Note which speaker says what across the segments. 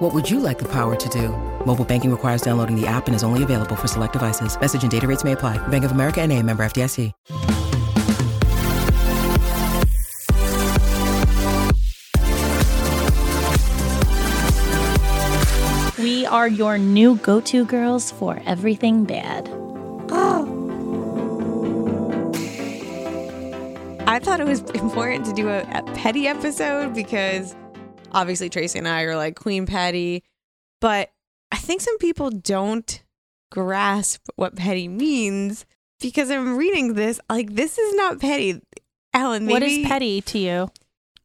Speaker 1: What would you like the power to do? Mobile banking requires downloading the app and is only available for select devices. Message and data rates may apply. Bank of America and a member FDIC.
Speaker 2: We are your new go to girls for everything bad.
Speaker 3: I thought it was important to do a, a Petty episode because obviously Tracy and I are like Queen Petty, but I think some people don't grasp what Petty means because I'm reading this like this is not Petty, Alan. Maybe,
Speaker 2: What is petty to you?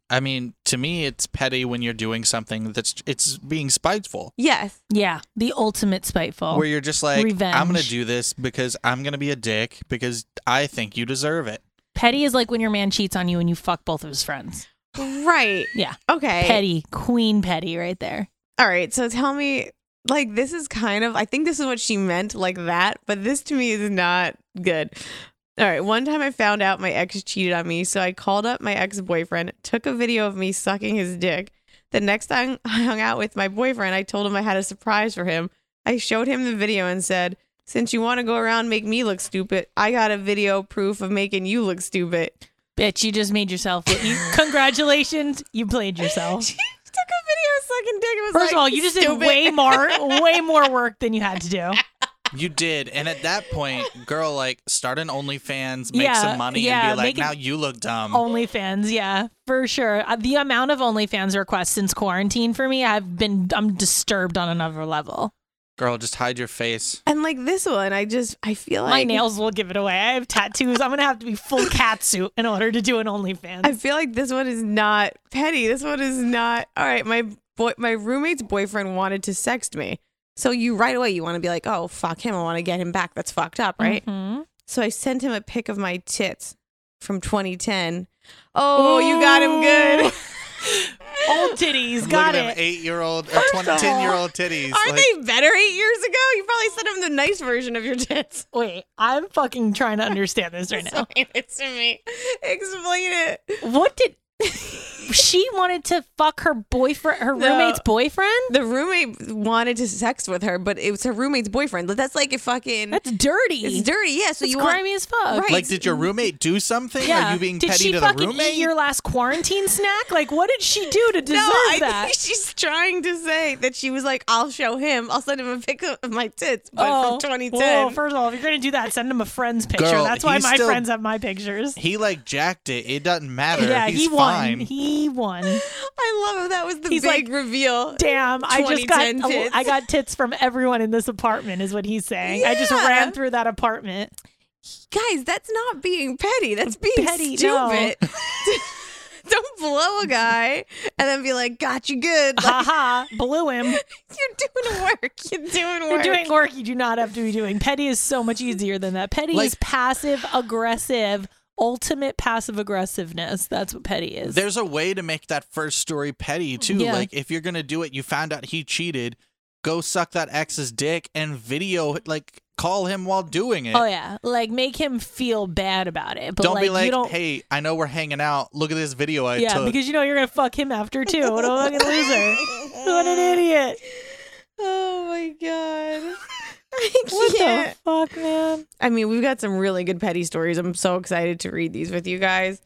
Speaker 4: I mean, to me, it's petty when you're doing something that's it's being spiteful,
Speaker 3: Yes,
Speaker 2: Yeah, the ultimate spiteful.
Speaker 4: where you're just like, I'm gonna
Speaker 2: Oh, Revenge.
Speaker 4: do this because I'm gonna be a dick because I think you deserve it.
Speaker 2: petty is like when your man cheats on you and you fuck both of his friends.
Speaker 3: right.
Speaker 2: Yeah.
Speaker 3: Okay.
Speaker 2: Petty, queen petty right there.
Speaker 3: All right. So tell me, like, this is kind of, I think this is what she meant, like that, but this to me is not good. All right. One time I found out my ex cheated on me. So I called up my ex boyfriend, took a video of me sucking his dick. The next time I hung out with my boyfriend, I told him I had a surprise for him. I showed him the video and said, since you want to go around and make me look stupid, I got a video proof of making you look stupid.
Speaker 2: Bitch, you just made yourself. You, congratulations, you played yourself.
Speaker 3: She took a video of sucking dick. and was
Speaker 2: First
Speaker 3: like,
Speaker 2: of all, you just
Speaker 3: "Stupid."
Speaker 2: did way more, way more work than you had to do.
Speaker 4: You did, and at that point, girl, like start an OnlyFans, make
Speaker 2: Yeah,
Speaker 4: some money,
Speaker 2: yeah,
Speaker 4: and be like,
Speaker 2: make it- Oh.
Speaker 4: now you look dumb.
Speaker 2: OnlyFans, yeah, for sure. Uh, The amount of OnlyFans requests since quarantine for me, I've been, I'm disturbed on another level.
Speaker 4: Girl, just hide your face.
Speaker 3: And like this one, I just, I feel like.
Speaker 2: My nails will give it away. I have tattoos. I'm gonna have to be full cat suit in order to do an
Speaker 3: I
Speaker 2: OnlyFans.
Speaker 3: feel like this one is not petty. This one is not. All right, my boy, my roommate's boyfriend wanted to sext me. So you right away you want to be like, "Oh, fuck him. I want to get him back. That's fucked up, right?"
Speaker 2: Mhm.
Speaker 3: So I sent him a pic of my tits from 2010. Oh, you got him good.
Speaker 2: Old titties,
Speaker 4: Look
Speaker 2: got
Speaker 4: at them
Speaker 2: it.
Speaker 4: eight-year-old or 20,
Speaker 3: all,
Speaker 4: 10-year-old titties.
Speaker 3: Aren't
Speaker 4: like,
Speaker 3: they better 8 years ago? You probably sent him the nice version of your tits.
Speaker 2: Wait, I'm fucking trying to understand this right now.
Speaker 3: Explain it to me. Explain it.
Speaker 2: What did she wanted to fuck her boyfriend, her
Speaker 3: No.
Speaker 2: roommate's boyfriend?
Speaker 3: The roommate wanted to sext with her, but it was her roommate's boyfriend. That's like a fucking
Speaker 2: That's dirty.
Speaker 3: It's dirty. Yeah, so
Speaker 2: That's
Speaker 3: you want
Speaker 2: grimy as fuck.
Speaker 3: Right.
Speaker 4: like, did your roommate do something?
Speaker 2: Yeah.
Speaker 4: Are you being
Speaker 2: did
Speaker 4: petty
Speaker 2: she
Speaker 4: to the
Speaker 2: fucking
Speaker 4: roommate?
Speaker 2: eat your last quarantine snack? Like, what did she do to deserve
Speaker 3: No, I
Speaker 2: that?
Speaker 3: think she's trying to say that she was like, "I'll show him. I'll send him a picture of my tits." But
Speaker 2: Oh,
Speaker 3: from 2010,
Speaker 2: Well, first of all, if you're gonna do that, send him a friend's picture.
Speaker 4: Girl,
Speaker 2: That's why
Speaker 4: he's
Speaker 2: my
Speaker 4: still-
Speaker 2: friends have my pictures.
Speaker 4: he like jacked it. It doesn't matter.
Speaker 2: Yeah,
Speaker 4: He's
Speaker 2: he
Speaker 4: fine.
Speaker 2: won. He won.
Speaker 3: I love how that was the
Speaker 2: He's
Speaker 3: big
Speaker 2: like,
Speaker 3: reveal.
Speaker 2: Damn, I just got
Speaker 3: 2010 tits.
Speaker 2: I got tits from everyone in this apartment is what he's saying. I just
Speaker 3: Yeah.
Speaker 2: ran through that apartment.
Speaker 3: Guys, that's not being petty. That's being
Speaker 2: Petty, no.
Speaker 3: stupid. Don't blow a guy and then be like, "Got you good." Like,
Speaker 2: Haha, blew him.
Speaker 3: you're doing work. You're doing
Speaker 2: You're
Speaker 3: work.
Speaker 2: doing work you do not have to be doing. Petty is so much easier than that. Petty is
Speaker 4: Like-
Speaker 2: passive aggressive, ultimate passive aggressiveness. That's what petty is.
Speaker 4: There's a way to make that first story petty too.
Speaker 2: Yeah.
Speaker 4: Like if you're gonna do it, you found out he cheated, go suck that ex's dick and video like call him while doing it.
Speaker 2: Oh yeah, like make him feel bad about it. But
Speaker 4: don't
Speaker 2: like,
Speaker 4: be like,
Speaker 2: you don't.
Speaker 4: hey, I know we're hanging out. Look at this video I
Speaker 2: yeah,
Speaker 4: took.
Speaker 2: because you know you're gonna fuck him after too. What a fucking loser! What an idiot!
Speaker 3: Oh my god. I
Speaker 2: What
Speaker 3: can't.
Speaker 2: the fuck, man?
Speaker 3: I mean, we've got some really good petty stories. I'm so excited to read these with you guys.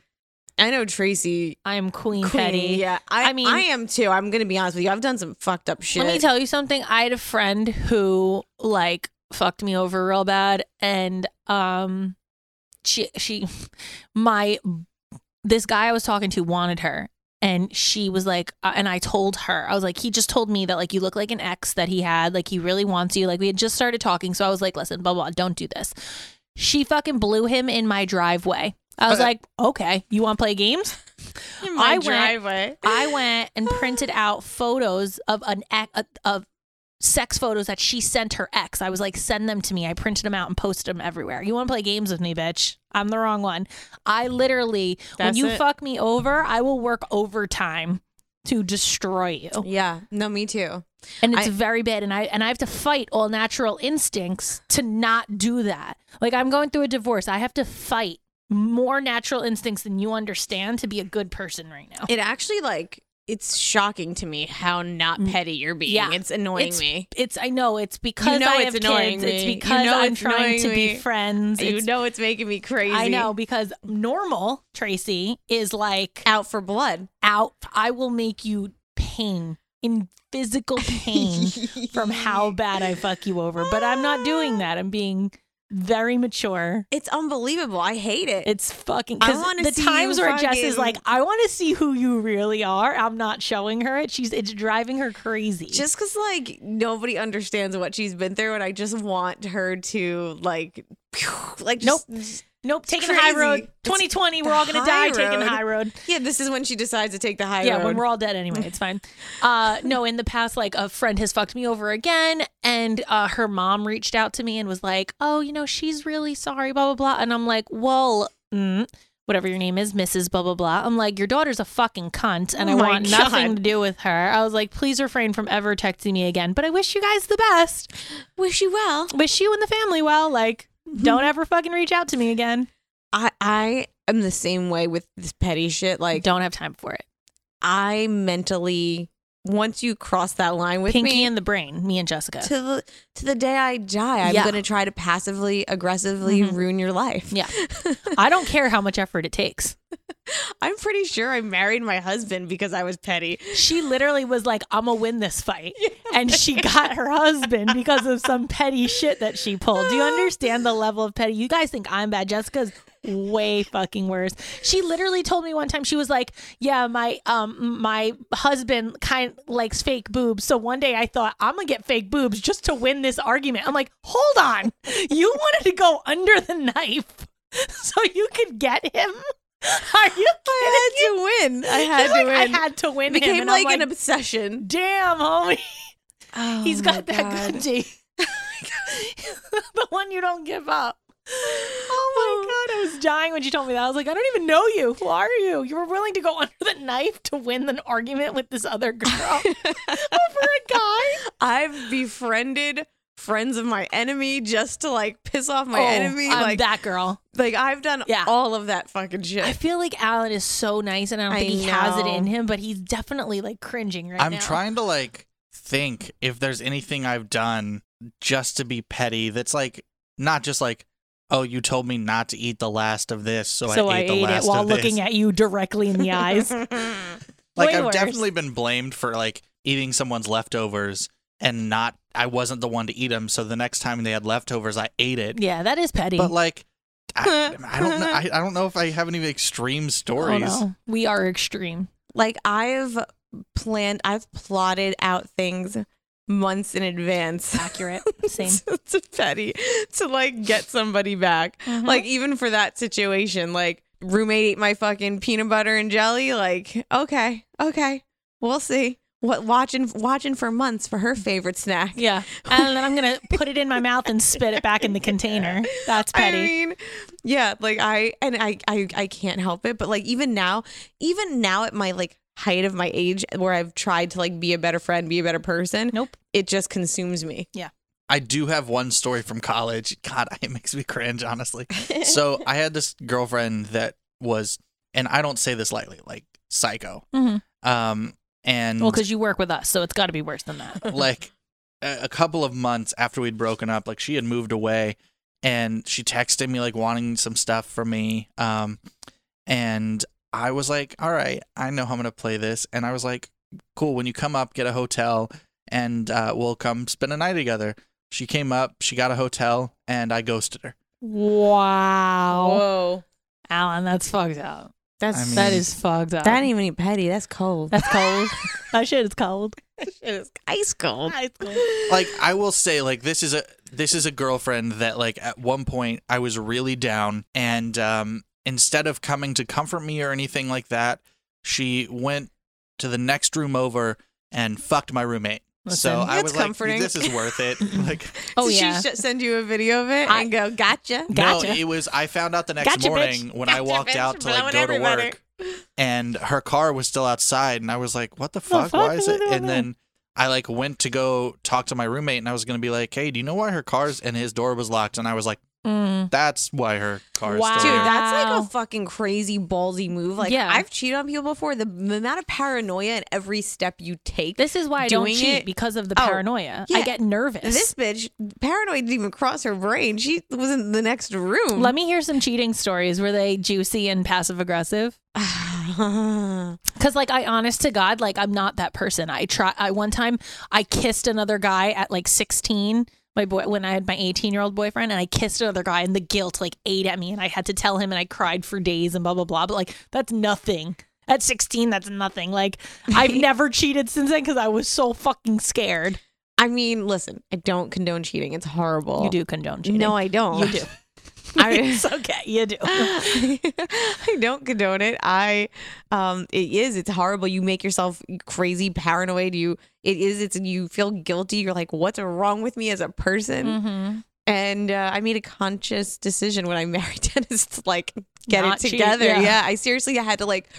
Speaker 3: I know Tracy
Speaker 2: I'm queen,
Speaker 3: Queen,
Speaker 2: petty.
Speaker 3: Yeah, I,
Speaker 2: I mean-
Speaker 3: mean, I am too. I'm gonna be honest with you. I've done some fucked up shit.
Speaker 2: Let me tell you something. I had a friend who like fucked me over real bad and um she she my this guy I was talking to wanted her and she was like uh, and I told her. I was like he just told me that like you look like an ex that he had, like he really wants you. Like we had just started talking, so I was like listen, blah blah, don't do this. She fucking blew him in my driveway. I was
Speaker 4: Uh,
Speaker 2: like, "Okay, you want to play games?"
Speaker 3: In
Speaker 2: I
Speaker 3: my
Speaker 2: went-
Speaker 3: driveway.
Speaker 2: I went and printed out photos of an ac- of sex photos that she sent her ex. I was like, send them to me. I printed them out and posted them everywhere. You want to play games with me, bitch? I'm the wrong one. I literally, when
Speaker 3: That's
Speaker 2: you
Speaker 3: it.
Speaker 2: fuck me over, I will work overtime to destroy you.
Speaker 3: Yeah. No, me too.
Speaker 2: and it's
Speaker 3: I-
Speaker 2: very bad and i and i have to fight all natural instincts to not do that like i'm going through a divorce i have to fight more natural instincts than you understand to be a good person right now
Speaker 3: It actually like it's shocking to me how not petty you're being.
Speaker 2: Yeah.
Speaker 3: Mm. It's annoying
Speaker 2: it's,
Speaker 3: me.
Speaker 2: it's i know it's because
Speaker 3: know
Speaker 2: i
Speaker 3: it's
Speaker 2: have
Speaker 3: annoying
Speaker 2: kids it's
Speaker 3: me. You
Speaker 2: because
Speaker 3: know
Speaker 2: i'm
Speaker 3: it's
Speaker 2: trying
Speaker 3: annoying
Speaker 2: to be
Speaker 3: me.
Speaker 2: friends
Speaker 3: You
Speaker 2: It's-
Speaker 3: know it's making me crazy.
Speaker 2: i know because normal tracy is like
Speaker 3: Out for blood.
Speaker 2: out i will make you pain in physical pain from how bad I fuck you over. But I'm not doing that. I'm being very mature.
Speaker 3: It's unbelievable. I hate it.
Speaker 2: It's fucking
Speaker 3: I
Speaker 2: because
Speaker 3: wanna
Speaker 2: the
Speaker 3: see
Speaker 2: times
Speaker 3: you
Speaker 2: where Jess is
Speaker 3: fucking-
Speaker 2: like, I want to see who you really are. I'm not showing her it. She's it's driving her crazy.
Speaker 3: just because like nobody understands what she's been through, and I just want her to like, like just,
Speaker 2: nope, taking the high
Speaker 3: crazy.
Speaker 2: road.
Speaker 3: It's
Speaker 2: 2020,
Speaker 3: the
Speaker 2: we're all gonna die
Speaker 3: high
Speaker 2: taking the
Speaker 3: road.
Speaker 2: high road.
Speaker 3: Yeah, this is when she decides to take the high
Speaker 2: yeah,
Speaker 3: road.
Speaker 2: when we're all dead anyway, it's fine. Uh, no, in the past, like a friend has fucked me over again, and uh, her mom reached out to me and was like, "Oh, you know, she's really sorry, blah blah blah," and I'm like, "Well." Mm. Whatever your name is, Mrs. Blah blah blah. I'm like, your daughter's a fucking cunt, and I
Speaker 3: Oh my
Speaker 2: want nothing
Speaker 3: God.
Speaker 2: to do with her. I was like, please refrain from ever texting me again. But I wish you guys the best.
Speaker 3: wish you well.
Speaker 2: Wish you and the family well. Like, don't ever fucking reach out to me again.
Speaker 3: I I am the same way with this petty shit. Like
Speaker 2: don't have time for it.
Speaker 3: I mentally once you cross that line with
Speaker 2: Pinky
Speaker 3: me
Speaker 2: in the brain, me and Jessica.
Speaker 3: to the to the day I die, I'm
Speaker 2: Yeah.
Speaker 3: gonna try to passively aggressively
Speaker 2: Mhm.
Speaker 3: ruin your life.
Speaker 2: Yeah. I don't care how much effort it takes.
Speaker 3: I'm pretty sure I married my husband because I was petty.
Speaker 2: She literally was like, I'm gonna win this fight. And she got her husband because of some petty shit that she pulled. Do you understand the level of petty? You guys think I'm bad. Jessica's way fucking worse. She literally told me one time she was like, Yeah, my um my husband kind likes fake boobs. So one day I thought I'm gonna get fake boobs just to win this argument. I'm like, hold on. You wanted to go under the knife so you could get him? Are you kidding
Speaker 3: I
Speaker 2: me?
Speaker 3: had to win. I had
Speaker 2: It's like,
Speaker 3: to win.
Speaker 2: I had to win
Speaker 3: it
Speaker 2: him.
Speaker 3: became
Speaker 2: And
Speaker 3: like,
Speaker 2: I'm like,
Speaker 3: an obsession.
Speaker 2: damn, homie.
Speaker 3: Oh
Speaker 2: He's got
Speaker 3: my
Speaker 2: that
Speaker 3: God.
Speaker 2: good D. the one you don't give up. Oh my god, I was dying when she told me that. I was like, I don't even know you. Who are you? You were willing to go under the knife to win an argument with this other girl over a guy.
Speaker 3: I've befriended friends of my enemy just to like piss off my
Speaker 2: Oh,
Speaker 3: enemy.
Speaker 2: I'm
Speaker 3: like
Speaker 2: that girl.
Speaker 3: Like I've done
Speaker 2: Yeah.
Speaker 3: all of that fucking shit.
Speaker 2: I feel like Alan is so nice, and I don't
Speaker 3: I
Speaker 2: think he has it
Speaker 3: know.
Speaker 2: in him, but he's definitely like cringing right
Speaker 4: I'm
Speaker 2: now.
Speaker 4: trying to like think if there's anything I've done just to be petty that's like not just like oh you told me not to eat the last of this so,
Speaker 2: so
Speaker 4: I
Speaker 2: I
Speaker 4: ate, the
Speaker 2: ate it
Speaker 4: last
Speaker 2: while
Speaker 4: of this.
Speaker 2: looking at you directly in the eyes.
Speaker 4: like
Speaker 2: Way
Speaker 4: I've
Speaker 2: worse.
Speaker 4: definitely been blamed for like eating someone's leftovers and not I wasn't the one to eat them so the next time they had leftovers I ate it
Speaker 2: Yeah, that is petty. Oh,
Speaker 4: but like I, I don't know I, I don't know if I have any extreme
Speaker 2: Oh,
Speaker 4: stories
Speaker 2: no. We are extreme.
Speaker 3: like I've planned, I've plotted out things months in advance.
Speaker 2: Accurate. Same.
Speaker 3: to petty to like get somebody back. Like even for that situation, like roommate ate my fucking peanut butter and jelly. Like okay, okay, we'll see. What watching watching for months for her favorite snack.
Speaker 2: Yeah. And then I'm going to put it in my mouth and spit it back in the container. That's petty.
Speaker 3: I mean, yeah, like I and I, I I can't help it, but like even now, even now at my like height of my age where I've tried to like be a better friend, be a better person,
Speaker 2: nope.
Speaker 3: it just consumes me.
Speaker 4: I do have one story from college. God, it makes me cringe, honestly. so I had this girlfriend that was, and I don't say this lightly, like psycho.
Speaker 2: Mhm.
Speaker 4: Um, and
Speaker 2: Well, because you work with us, so it's got to be worse than that.
Speaker 4: like a, a couple of months after we'd broken up, like she had moved away, and she texted me like wanting some stuff from me. Um, and I was like, "All right, I know how I'm gonna play this," and I was like, "Cool, when you come up, get a hotel, and uh, we'll come spend a night together." She came up, she got a hotel, and I ghosted her.
Speaker 2: Wow.
Speaker 3: Whoa,
Speaker 2: Alan, that's fucked up.
Speaker 3: that's
Speaker 4: I mean-
Speaker 2: that is fucked up.
Speaker 3: that ain't even petty. That's cold.
Speaker 2: that's cold. that shit is cold.
Speaker 3: It is ice cold.
Speaker 2: It's cold.
Speaker 4: Like I will say, like this is a this is a girlfriend that like at one point I was really down, and um, instead of coming to comfort me or anything like that, she went to the next room over and fucked my roommate.
Speaker 2: Listen.
Speaker 4: so I
Speaker 3: That's
Speaker 4: was
Speaker 3: comforting.
Speaker 4: like, "This is worth it." Like,
Speaker 2: oh
Speaker 3: Did
Speaker 2: yeah.
Speaker 3: she sh- send you a video of it
Speaker 2: I-
Speaker 3: and go, gotcha?
Speaker 4: no,
Speaker 2: Gotcha.
Speaker 4: it was. I found out the next
Speaker 2: Gotcha, bitch.
Speaker 4: morning when I
Speaker 3: Gotcha,
Speaker 4: walked
Speaker 3: bitch.
Speaker 4: out to
Speaker 3: Blowing
Speaker 4: like go to
Speaker 3: everybody.
Speaker 4: work, and her car was still outside, and I was like, "What the fuck?
Speaker 2: fuck
Speaker 4: Why is
Speaker 2: is
Speaker 4: it?"
Speaker 2: it
Speaker 4: And
Speaker 2: down
Speaker 4: then I like went to go talk to my roommate, and I was gonna be like, "Hey, do you know why her car's and his door was locked?" And I was like,
Speaker 2: Mm.
Speaker 4: "That's why her car is
Speaker 2: Wow.
Speaker 4: still
Speaker 3: Dude,
Speaker 4: here."
Speaker 3: that's like
Speaker 2: Wow.
Speaker 3: a fucking crazy ballsy move. Like
Speaker 2: Yeah.
Speaker 3: I've cheated on people before. The, the amount of paranoia in every step you take.
Speaker 2: This is why I don't
Speaker 3: Doing
Speaker 2: cheat
Speaker 3: it-
Speaker 2: because of the
Speaker 3: Oh,
Speaker 2: paranoia. I
Speaker 3: yeah.
Speaker 2: get nervous.
Speaker 3: this bitch, paranoia didn't even cross her brain. She was in the next room.
Speaker 2: Let me hear some cheating stories. Were they juicy and passive aggressive? Cause like I honest to God, like I'm not that person. I try I one time I kissed another guy at like sixteen, my boy when I had my eighteen year old boyfriend, and I kissed another guy and the guilt like ate at me and I had to tell him and I cried for days and blah blah blah. But like that's nothing. At sixteen, that's nothing. Like I've never cheated since then because I was so fucking scared.
Speaker 3: I mean, listen, I don't condone cheating. It's horrible.
Speaker 2: You do condone cheating.
Speaker 3: Oh. No, I don't.
Speaker 2: You do.
Speaker 3: I,
Speaker 2: it's okay. You do.
Speaker 3: I don't condone it. I um it is it's horrible. You make yourself crazy paranoid. You it is it's you feel guilty. You're like what's wrong with me as a person?
Speaker 2: Mhm.
Speaker 3: And uh, I made a conscious decision when I married Dennis to like get
Speaker 2: Not
Speaker 3: it
Speaker 2: cheat,
Speaker 3: together.
Speaker 2: yeah.
Speaker 3: yeah. I seriously had to like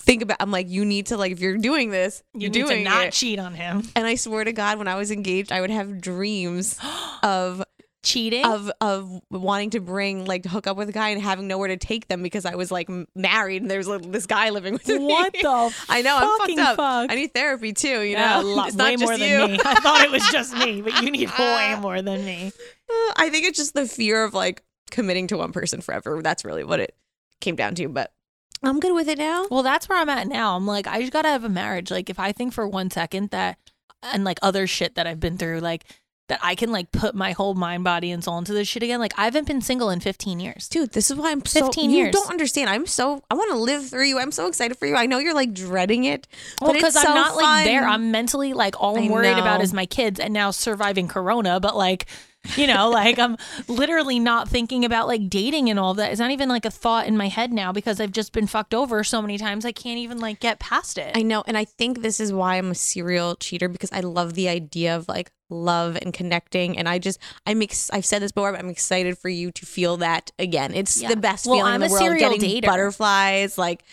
Speaker 3: think about I'm like you need to like if you're doing this,
Speaker 2: You
Speaker 3: you're
Speaker 2: need
Speaker 3: doing
Speaker 2: to not
Speaker 3: it.
Speaker 2: cheat on him.
Speaker 3: and I swear to God, when I was engaged, I would have dreams of
Speaker 2: Cheating.
Speaker 3: of of wanting to bring like hook up with a guy and having nowhere to take them because I was like m- married and there's like, this guy living with me.
Speaker 2: What the?
Speaker 3: I know I'm
Speaker 2: fucking
Speaker 3: fucked up.
Speaker 2: fuck?
Speaker 3: I need therapy too. You
Speaker 2: Yeah,
Speaker 3: know,
Speaker 2: a lot,
Speaker 3: it's not
Speaker 2: way
Speaker 3: just
Speaker 2: more
Speaker 3: you.
Speaker 2: than me. I thought it was just me, but you need way more than me.
Speaker 3: Uh, I think it's just the fear of like committing to one person forever. That's really what it came down to. But I'm good with it now.
Speaker 2: Well, that's where I'm at now. I'm like, I just gotta have a marriage. Like, if I think for one second that, and like other shit that I've been through, like that I can like put my whole mind, body, and soul into this shit again. Like, I haven't been single in 15 years.
Speaker 3: Dude, this is why I'm so.
Speaker 2: 15
Speaker 3: you
Speaker 2: years.
Speaker 3: don't understand. I'm so. I want to live through you. I'm so excited for you. I know you're like dreading it,
Speaker 2: Well,
Speaker 3: but it's
Speaker 2: because I'm
Speaker 3: so
Speaker 2: not like
Speaker 3: fun.
Speaker 2: there. I'm mentally like all I'm
Speaker 3: I
Speaker 2: worried about
Speaker 3: know.
Speaker 2: is my kids and now surviving Corona. But like, you know, like I'm literally not thinking about like dating and all that. It's not even like a thought in my head now because I've just been fucked over so many times. I can't even like get past it.
Speaker 3: I know. And I think this is why I'm a serial cheater because I love the idea of like love and connecting. And I just, I'm, ex- I've said this before, but I'm excited for you to feel that again. It's
Speaker 2: Yeah.
Speaker 3: the best
Speaker 2: Well,
Speaker 3: feeling
Speaker 2: I'm
Speaker 3: in
Speaker 2: a
Speaker 3: the world.
Speaker 2: serial
Speaker 3: Getting
Speaker 2: dater.
Speaker 3: butterflies. Like,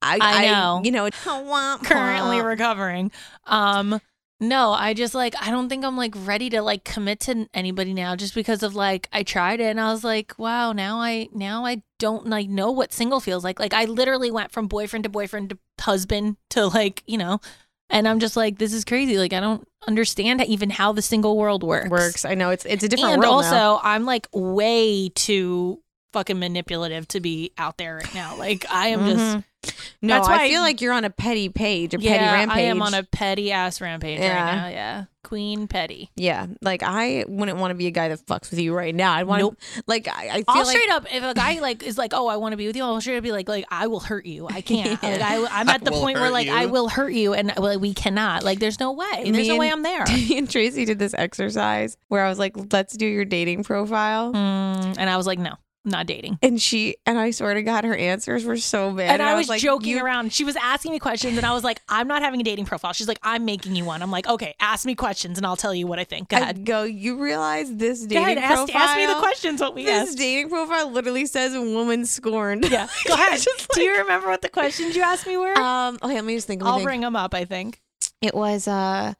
Speaker 3: I,
Speaker 2: I know.
Speaker 3: you know, it's currently.
Speaker 2: currently recovering. Um, no, I just like I don't think I'm like ready to like commit to anybody now just because of like I tried it and I was like, wow, now I now I don't like know what single feels like. Like I literally went from boyfriend to boyfriend to husband to like, you know, and I'm just like this is crazy. Like I don't understand even how the single world works.
Speaker 3: works. I know it's, it's a different
Speaker 2: and
Speaker 3: world.
Speaker 2: also,
Speaker 3: now.
Speaker 2: I'm like way too fucking manipulative to be out there right now. Like I am just
Speaker 3: Mhm. no,
Speaker 2: that's why
Speaker 3: I
Speaker 2: I-
Speaker 3: feel like you're on a petty page, a petty
Speaker 2: yeah,
Speaker 3: rampage.
Speaker 2: I am on a petty ass rampage
Speaker 3: Yeah.
Speaker 2: right now. Yeah, Queen Petty.
Speaker 3: yeah, like I wouldn't want to be a guy that fucks with you right now. I want
Speaker 2: Nope.
Speaker 3: to, like, I, I feel
Speaker 2: I'll
Speaker 3: like
Speaker 2: straight up, if a guy like is like, "Oh, I want to be with you," I'll straight up be like, "Like, I will hurt you. I can't. Like, I, am
Speaker 4: I
Speaker 2: at the
Speaker 4: will
Speaker 2: point where
Speaker 4: hurt
Speaker 2: like I
Speaker 4: you.
Speaker 2: will hurt you, and well, we cannot. Like, there's no way. There's
Speaker 3: Me
Speaker 2: no way
Speaker 3: and-
Speaker 2: I'm there."
Speaker 3: me and Tracy did this exercise where I was like, let's do your dating profile.
Speaker 2: Mm, and I was like, "No, not dating."
Speaker 3: And she, and I swear to God, her answers were so bad.
Speaker 2: And, I, was,
Speaker 3: like,
Speaker 2: joking
Speaker 3: you-
Speaker 2: around. She was asking me questions, and I was like, "I'm not having a dating profile." She's like, "I'm making you one." I'm like, "Okay, ask me questions, and I'll tell you what I think." Go
Speaker 3: I
Speaker 2: ahead.
Speaker 3: go, you realize this
Speaker 2: Go ahead.
Speaker 3: dating
Speaker 2: Ask,
Speaker 3: profile?
Speaker 2: ask me the questions. What we
Speaker 3: This
Speaker 2: asked.
Speaker 3: dating profile literally says woman scorned.
Speaker 2: Yeah. Go ahead.
Speaker 3: Just
Speaker 2: Do you remember what the questions you asked me were?
Speaker 3: Um, okay, let me just think. Let me
Speaker 2: I'll
Speaker 3: think.
Speaker 2: bring them up. I think.
Speaker 3: it was, uh,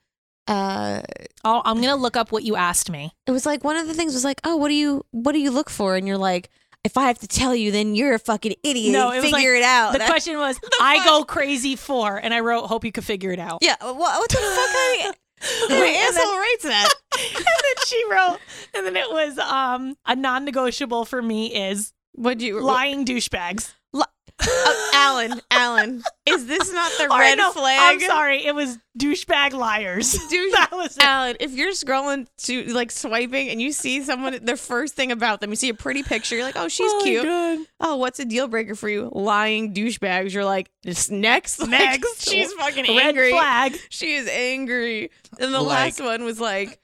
Speaker 3: uh,
Speaker 2: I'll, I'm gonna look up what you asked me.
Speaker 3: it was like one of the things was like, oh, what do you, what do you look for? And you're like, if I have to tell you, then you're a fucking idiot.
Speaker 2: No, it was
Speaker 3: Figure
Speaker 2: like,
Speaker 3: it out.
Speaker 2: The
Speaker 3: Oh, That-
Speaker 2: question was, I go crazy for, and I wrote, hope you could figure it out.
Speaker 3: yeah. What, what the fuck? kind of- My
Speaker 2: Wait, and then-
Speaker 3: asshole writes that.
Speaker 2: and then she wrote, and then it was, um, a non-negotiable for me is
Speaker 3: What do you
Speaker 2: lying douchebags.
Speaker 3: Oh, Alan, Alan, is this not the
Speaker 2: Or
Speaker 3: red
Speaker 2: no,
Speaker 3: flag?
Speaker 2: Oh, I'm sorry, it was douchebag liars.
Speaker 3: Douche-
Speaker 2: that was it.
Speaker 3: Alan, if you're scrolling to like swiping and you see someone, the first thing about them, you see a pretty picture, you're like, oh, she's
Speaker 2: Oh my
Speaker 3: cute.
Speaker 2: God.
Speaker 3: Oh, what's a deal breaker for you? Lying douchebags. You're like, just next. Like,
Speaker 2: Next.
Speaker 3: she's fucking
Speaker 2: Red
Speaker 3: angry.
Speaker 2: flag.
Speaker 3: She is angry. And the
Speaker 4: Like-
Speaker 3: last one was like,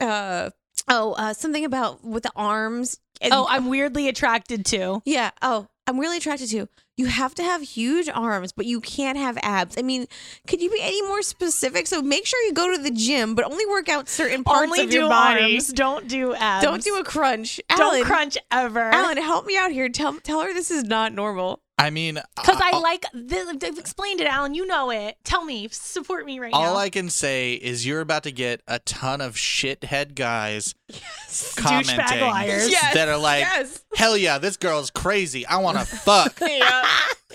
Speaker 3: uh, oh, uh, something about with the arms. And,
Speaker 2: Oh, I'm weirdly attracted to.
Speaker 3: yeah. Oh, I'm really attracted to. You have to have huge arms, but you can't have abs. I mean, could you be any more specific? So make sure you go to the gym, but only work out certain parts
Speaker 2: Only
Speaker 3: of
Speaker 2: do
Speaker 3: your body.
Speaker 2: arms. Don't do abs.
Speaker 3: Don't do a crunch.
Speaker 2: Don't
Speaker 3: Alan,
Speaker 2: crunch ever.
Speaker 3: Alan, help me out here. Tell tell her this is not normal.
Speaker 4: I mean,
Speaker 2: Because I
Speaker 4: I'll-
Speaker 2: like th- they've explained it, Alan. You know it. Tell me, support me right now.
Speaker 4: All I can say is you're about to get a ton of shithead guys commenting
Speaker 2: Douchebag liars.
Speaker 3: Yes,
Speaker 4: that are like,
Speaker 3: yes.
Speaker 4: "Hell yeah, this girl's crazy. I want to fuck."
Speaker 3: yeah.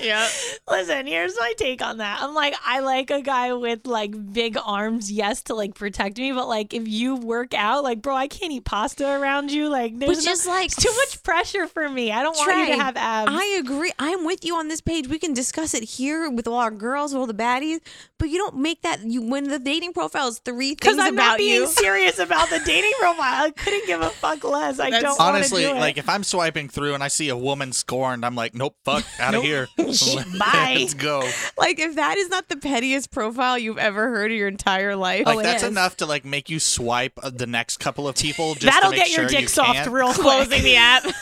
Speaker 3: Yeah.
Speaker 2: Listen, here's my take on that. I'm like, I like a guy with like big arms, yes, to like protect me, but like if you work out, like, bro, I can't eat pasta around you. Like, there's
Speaker 3: Which
Speaker 2: no-
Speaker 3: is like
Speaker 2: it's too much pressure for me. I don't want you
Speaker 3: Trey,
Speaker 2: to have abs.
Speaker 3: I agree. I'm with you on this page. We can discuss it here with all our girls, all the baddies, but you don't make that. You when the dating profile is three things
Speaker 2: because I'm
Speaker 3: about
Speaker 2: not being
Speaker 3: you.
Speaker 2: serious about the dating profile. I couldn't give a fuck less. I
Speaker 3: That's-
Speaker 2: don't wanna
Speaker 4: Honestly,
Speaker 2: do it.
Speaker 4: like if I'm swiping through and I see a woman scorned, I'm like, "Nope, fuck out of here.
Speaker 2: Bye.
Speaker 4: Let's go."
Speaker 3: Like if that is not the pettiest profile you've ever heard in your entire life,
Speaker 4: Like
Speaker 2: Oh, it
Speaker 4: that's
Speaker 2: is.
Speaker 4: enough to like make you swipe uh, the next couple of people just
Speaker 2: That'll
Speaker 4: to
Speaker 2: get
Speaker 4: make sure
Speaker 2: your
Speaker 4: you
Speaker 2: dick soft
Speaker 4: can.
Speaker 2: real
Speaker 3: closing
Speaker 2: quick.
Speaker 3: the app,
Speaker 2: That'll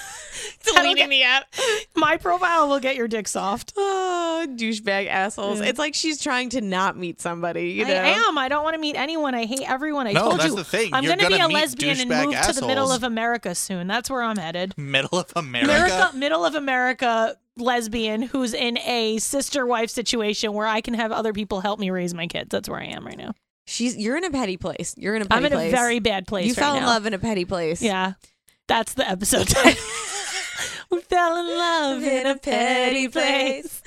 Speaker 3: deleting
Speaker 2: get-
Speaker 3: the app.
Speaker 2: My profile will get your dick soft. Ah,
Speaker 3: Oh, douchebag assholes!
Speaker 2: Yeah.
Speaker 3: It's like she's trying to not meet somebody. You know,
Speaker 2: I am. I don't want to meet anyone. I hate everyone. I
Speaker 4: No,
Speaker 2: told
Speaker 4: that's
Speaker 2: you.
Speaker 4: the thing.
Speaker 2: I'm
Speaker 4: You're
Speaker 2: gonna be
Speaker 4: gonna
Speaker 2: a
Speaker 4: meet
Speaker 2: lesbian and
Speaker 4: douchebag
Speaker 2: move to the middle
Speaker 4: assholes.
Speaker 2: of America soon. That's where I'm headed.
Speaker 4: Middle of America.
Speaker 2: America, middle of America lesbian who's in a sister wife situation where I can have other people help me raise my kids. That's where I am right now.
Speaker 3: She's you're in a petty place. You're in a petty
Speaker 2: I'm in
Speaker 3: place.
Speaker 2: a very bad place.
Speaker 3: you
Speaker 2: right
Speaker 3: fell in
Speaker 2: now.
Speaker 3: love in a petty place.
Speaker 2: Yeah. That's the episode title. we fell in love in a petty place.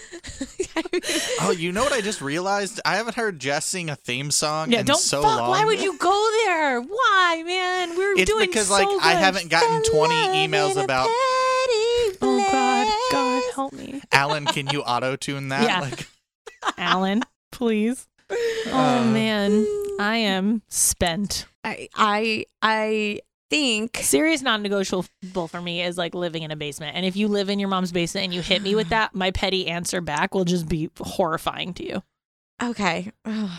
Speaker 4: Oh, you know what I just realized? I haven't heard Jess sing a theme song
Speaker 2: Yeah,
Speaker 4: in
Speaker 2: don't
Speaker 4: so
Speaker 2: fuck.
Speaker 4: long.
Speaker 2: Why would you go there? Why, man? We're
Speaker 4: It's
Speaker 2: doing
Speaker 4: because
Speaker 2: so
Speaker 4: like I
Speaker 2: good.
Speaker 4: haven't gotten 20 emails about
Speaker 2: Oh God, God, help me,
Speaker 4: Alan. Can you auto tune that?
Speaker 2: Yeah.
Speaker 4: Like,
Speaker 2: Alan, please. Oh
Speaker 4: Uh.
Speaker 2: man, I am spent.
Speaker 3: I I I think
Speaker 2: Serious non-negotiable for me is like living in a basement. And if you live in your mom's basement and you hit me with that, my petty answer back will just be horrifying to you.
Speaker 3: okay.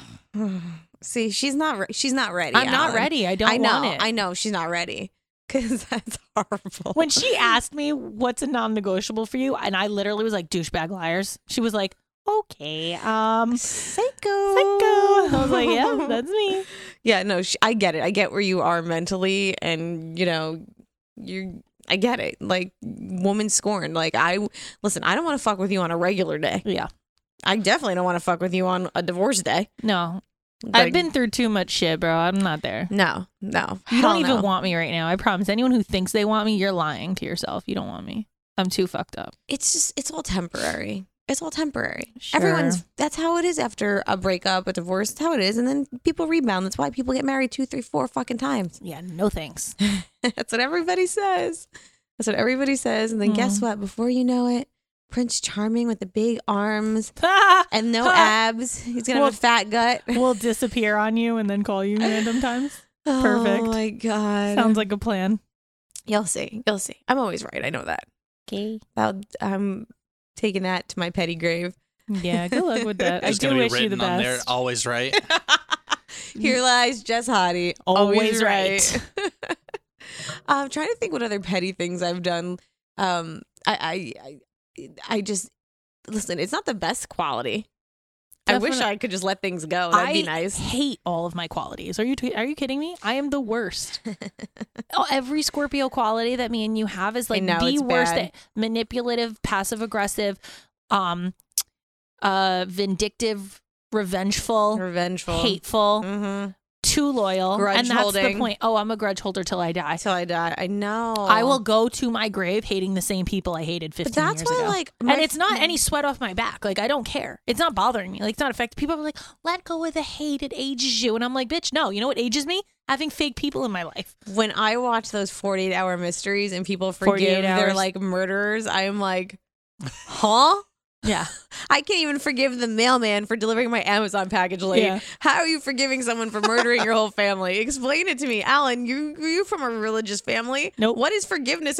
Speaker 3: See, she's not re- she's not ready.
Speaker 2: I'm not
Speaker 3: Alan.
Speaker 2: ready. I don't
Speaker 3: I know.
Speaker 2: want it.
Speaker 3: I know she's not ready because that's horrible.
Speaker 2: when she asked me what's a non-negotiable for you, and I literally was like douchebag liars. She was like, "Okay, um,
Speaker 3: psycho,
Speaker 2: psycho." I was like, "Yeah, that's me."
Speaker 3: yeah. No, she, I get it. I get where you are mentally, and you know, you. I get it. Like woman scorned. Like I listen. I don't want to fuck with you on a regular day.
Speaker 2: Yeah,
Speaker 3: I definitely don't want to fuck with you on a divorce day.
Speaker 2: no, I've
Speaker 3: Like,
Speaker 2: been through too much shit, bro. I'm not there.
Speaker 3: no, no.
Speaker 2: You
Speaker 3: Hell
Speaker 2: don't even
Speaker 3: no.
Speaker 2: want me right now. I promise. Anyone who thinks they want me, you're lying to yourself. You don't want me. I'm too fucked up.
Speaker 3: it's just it's all temporary. It's all temporary.
Speaker 2: Sure.
Speaker 3: Everyone's that's how it is after a breakup, a divorce. That's how it is, and then people rebound. That's why people get married two, three, four fucking times.
Speaker 2: Yeah, no thanks.
Speaker 3: that's what everybody says. That's what everybody says. And then
Speaker 2: Mm-hmm.
Speaker 3: guess what? Before you know it, Prince Charming with the big arms and no abs. He's gonna have
Speaker 2: Well-
Speaker 3: a fat gut.
Speaker 2: we'll disappear on you and then call you random times.
Speaker 3: Oh
Speaker 2: Perfect.
Speaker 3: my god.
Speaker 2: Sounds like a plan.
Speaker 3: You'll see. You'll see. I'm always right. I know that.
Speaker 2: Okay.
Speaker 3: I'll, I'm taking that to my petty grave.
Speaker 2: Yeah, good luck with that. I
Speaker 4: It's
Speaker 2: do
Speaker 4: gonna be
Speaker 2: wish you the
Speaker 4: written on there.
Speaker 2: best.
Speaker 4: Always right.
Speaker 3: Here lies Jess Hottie.
Speaker 2: Always right.
Speaker 3: I'm trying to think what other petty things I've done. Um, I, I, I, I just listen. It's not the best quality. I wish
Speaker 2: Definite-
Speaker 3: I could just let things go. Oh, That'd be
Speaker 2: I
Speaker 3: nice.
Speaker 2: hate all of my qualities. Are you t- are you kidding me? I am the worst. Oh, Every Scorpio quality that me and you have is
Speaker 3: I
Speaker 2: like
Speaker 3: know,
Speaker 2: the
Speaker 3: it's
Speaker 2: worst.
Speaker 3: bad.
Speaker 2: Manipulative, passive aggressive, um, uh, vindictive, revengeful,
Speaker 3: Revengeful.
Speaker 2: hateful,
Speaker 3: Mm-hmm.
Speaker 2: too loyal,
Speaker 3: Grudge
Speaker 2: and that's
Speaker 3: holding.
Speaker 2: the point. Oh, I'm a grudge holder till I die.
Speaker 3: Till I die. I know.
Speaker 2: I will go to my grave hating the same people I hated 15
Speaker 3: Oh. But that's
Speaker 2: years
Speaker 3: why,
Speaker 2: ago.
Speaker 3: like, my-
Speaker 2: and it's not any sweat off my back. Like I don't care. It's not bothering me. Like it's not affecting people. Are like, let go of the hate. It ages you. And I'm like, bitch, no. You know what ages me? Having fake people in my life.
Speaker 3: When I watch those 48 hour mysteries and people forgive
Speaker 2: 48
Speaker 3: their
Speaker 2: hours.
Speaker 3: like murderers, I'm like, huh?
Speaker 2: Yeah.
Speaker 3: I can't even forgive the mailman for delivering my Amazon package late.
Speaker 2: Yeah.
Speaker 3: How are you forgiving someone for murdering your whole family? Explain it to me, Alan. You are you from a religious family?
Speaker 2: Nope.
Speaker 3: What is forgiveness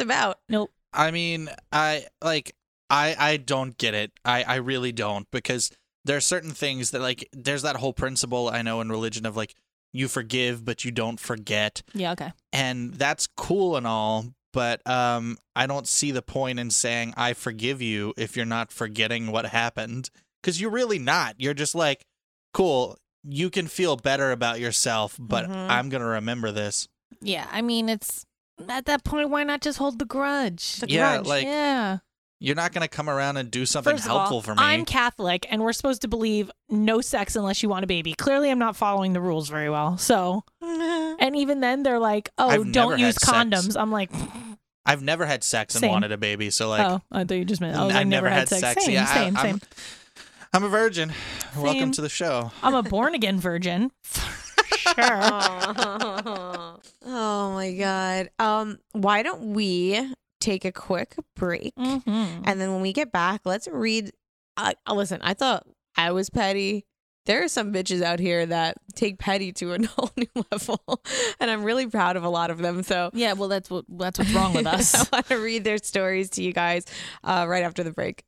Speaker 3: about?
Speaker 2: Nope.
Speaker 4: I mean, I like I I don't get it. I I really don't because there are certain things that like there's that whole principle I know in religion of like you forgive but you don't forget
Speaker 2: Yeah. Okay.
Speaker 4: and that's cool and all, but um, I don't see the point in saying I forgive you if you're not forgetting what happened because you're really not. You're just like, cool, you can feel better about yourself, but
Speaker 3: Mhm.
Speaker 2: Mm-hmm.
Speaker 4: I'm gonna remember this.
Speaker 2: Yeah, I mean, it's at that point, why not just hold the grudge?
Speaker 3: The
Speaker 4: yeah,
Speaker 3: grudge,
Speaker 4: like
Speaker 2: yeah.
Speaker 4: you're not gonna come around and do something
Speaker 2: First of all,
Speaker 4: helpful for me.
Speaker 2: I'm Catholic, and we're supposed to believe no sex unless you want a baby. Clearly, I'm not following the rules very well. So,
Speaker 3: Oh,
Speaker 2: and even then, they're like, "Oh,
Speaker 4: I've never
Speaker 2: don't
Speaker 4: had
Speaker 2: use
Speaker 4: sex.
Speaker 2: condoms." I'm like,
Speaker 4: I've never had sex and
Speaker 2: Same.
Speaker 4: wanted a baby, so like
Speaker 2: "Oh, I thought you just meant I, was
Speaker 4: I've
Speaker 2: like, never, had sex." Same,
Speaker 4: Yeah, I-
Speaker 2: same, same.
Speaker 4: I'm- I'm a virgin. Welcome
Speaker 2: Same.
Speaker 4: to the show.
Speaker 2: I'm a born again virgin. sure.
Speaker 3: oh my god. Um, why don't we take a quick break
Speaker 2: Mhm.
Speaker 3: and then when we get back, let's read. Uh, listen, I thought I was petty. There are some bitches out here that take petty to a whole new level, and I'm really proud of a lot of them. So
Speaker 2: Yeah, well, that's what that's what's wrong with
Speaker 3: I
Speaker 2: us.
Speaker 3: want to read their stories to you guys uh, right after the break.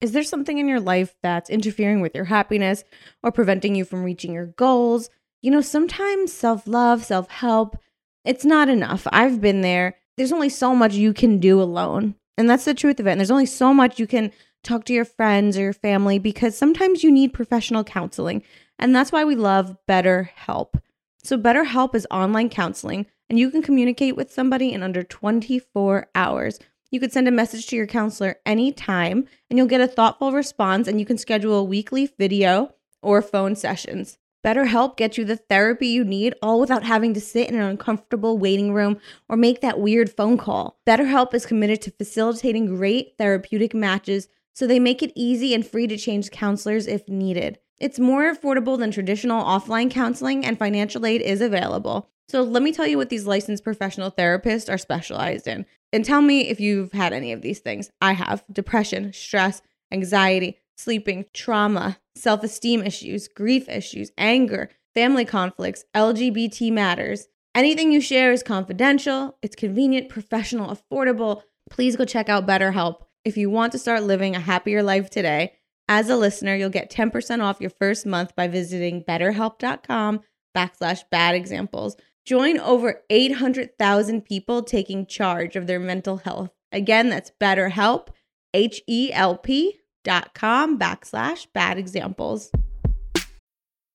Speaker 5: Is there something in your life that's interfering with your happiness or preventing you from reaching your goals? You know, sometimes self love, self help, it's not enough. I've been there. There's only so much you can do alone. And that's the truth of it. And there's only so much you can talk to your friends or your family because sometimes you need professional counseling. And that's why we love BetterHelp. So, BetterHelp is online counseling, and you can communicate with somebody in under 24 hours. You could send a message to your counselor anytime, and you'll get a thoughtful response, and you can schedule weekly video or phone sessions. BetterHelp gets you the therapy you need, all without having to sit in an uncomfortable waiting room or make that weird phone call. BetterHelp is committed to facilitating great therapeutic matches, so they make it easy and free to change counselors if needed. It's more affordable than traditional offline counseling, and financial aid is available. So, let me tell you what these licensed professional therapists are specialized in. And tell me if you've had any of these things. I have depression, stress, anxiety, sleeping, trauma, self esteem issues, grief issues, anger, family conflicts, LGBT matters. Anything you share is confidential, it's convenient, professional, affordable. Please go check out BetterHelp. If you want to start living a happier life today, as a listener, you'll get 10% off your first month by visiting betterhelp.com backslash bad examples. Join over 800,000 people taking charge of their mental health. Again, that's BetterHelp, H-E-L-P dot com backslash bad examples.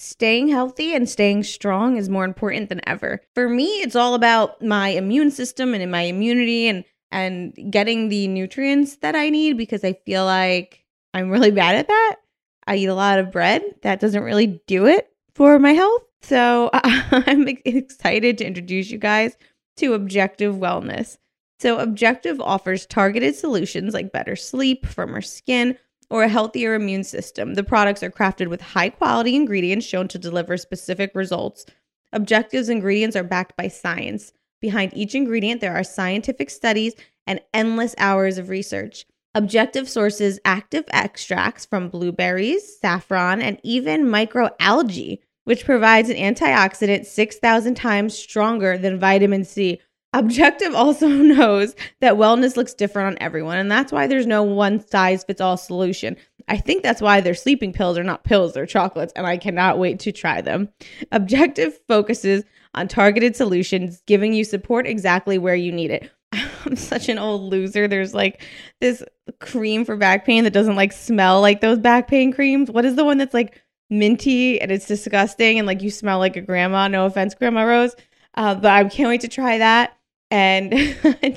Speaker 5: Staying healthy and staying strong is more important than ever. For me, it's all about my immune system and my immunity and and getting the nutrients that I need because I feel like I'm really bad at that. I eat a lot of bread. That doesn't really do it for my health. So I'm ex- excited to introduce you guys to Objective Wellness. So Objective offers targeted solutions like better sleep, firmer skin, or a healthier immune system. The products are crafted with high quality ingredients shown to deliver specific results. Objectives ingredients are backed by science. Behind each ingredient, there are scientific studies and endless hours of research. Objective sources active extracts from blueberries, saffron, and even microalgae, which provides an antioxidant 6,000 times stronger than vitamin C. Objective also knows that wellness looks different on everyone, and that's why there's no one size fits all solution. I think that's why their sleeping pills are not pills, they're chocolates, and I cannot wait to try them. Objective focuses on targeted solutions, giving you support exactly where you need it. I'm such an old loser. There's like this cream for back pain that doesn't like smell like those back pain creams. What is the one that's like minty and it's disgusting and like you smell like a grandma? No offense, Grandma Rose. Uh, but I can't wait to try that. And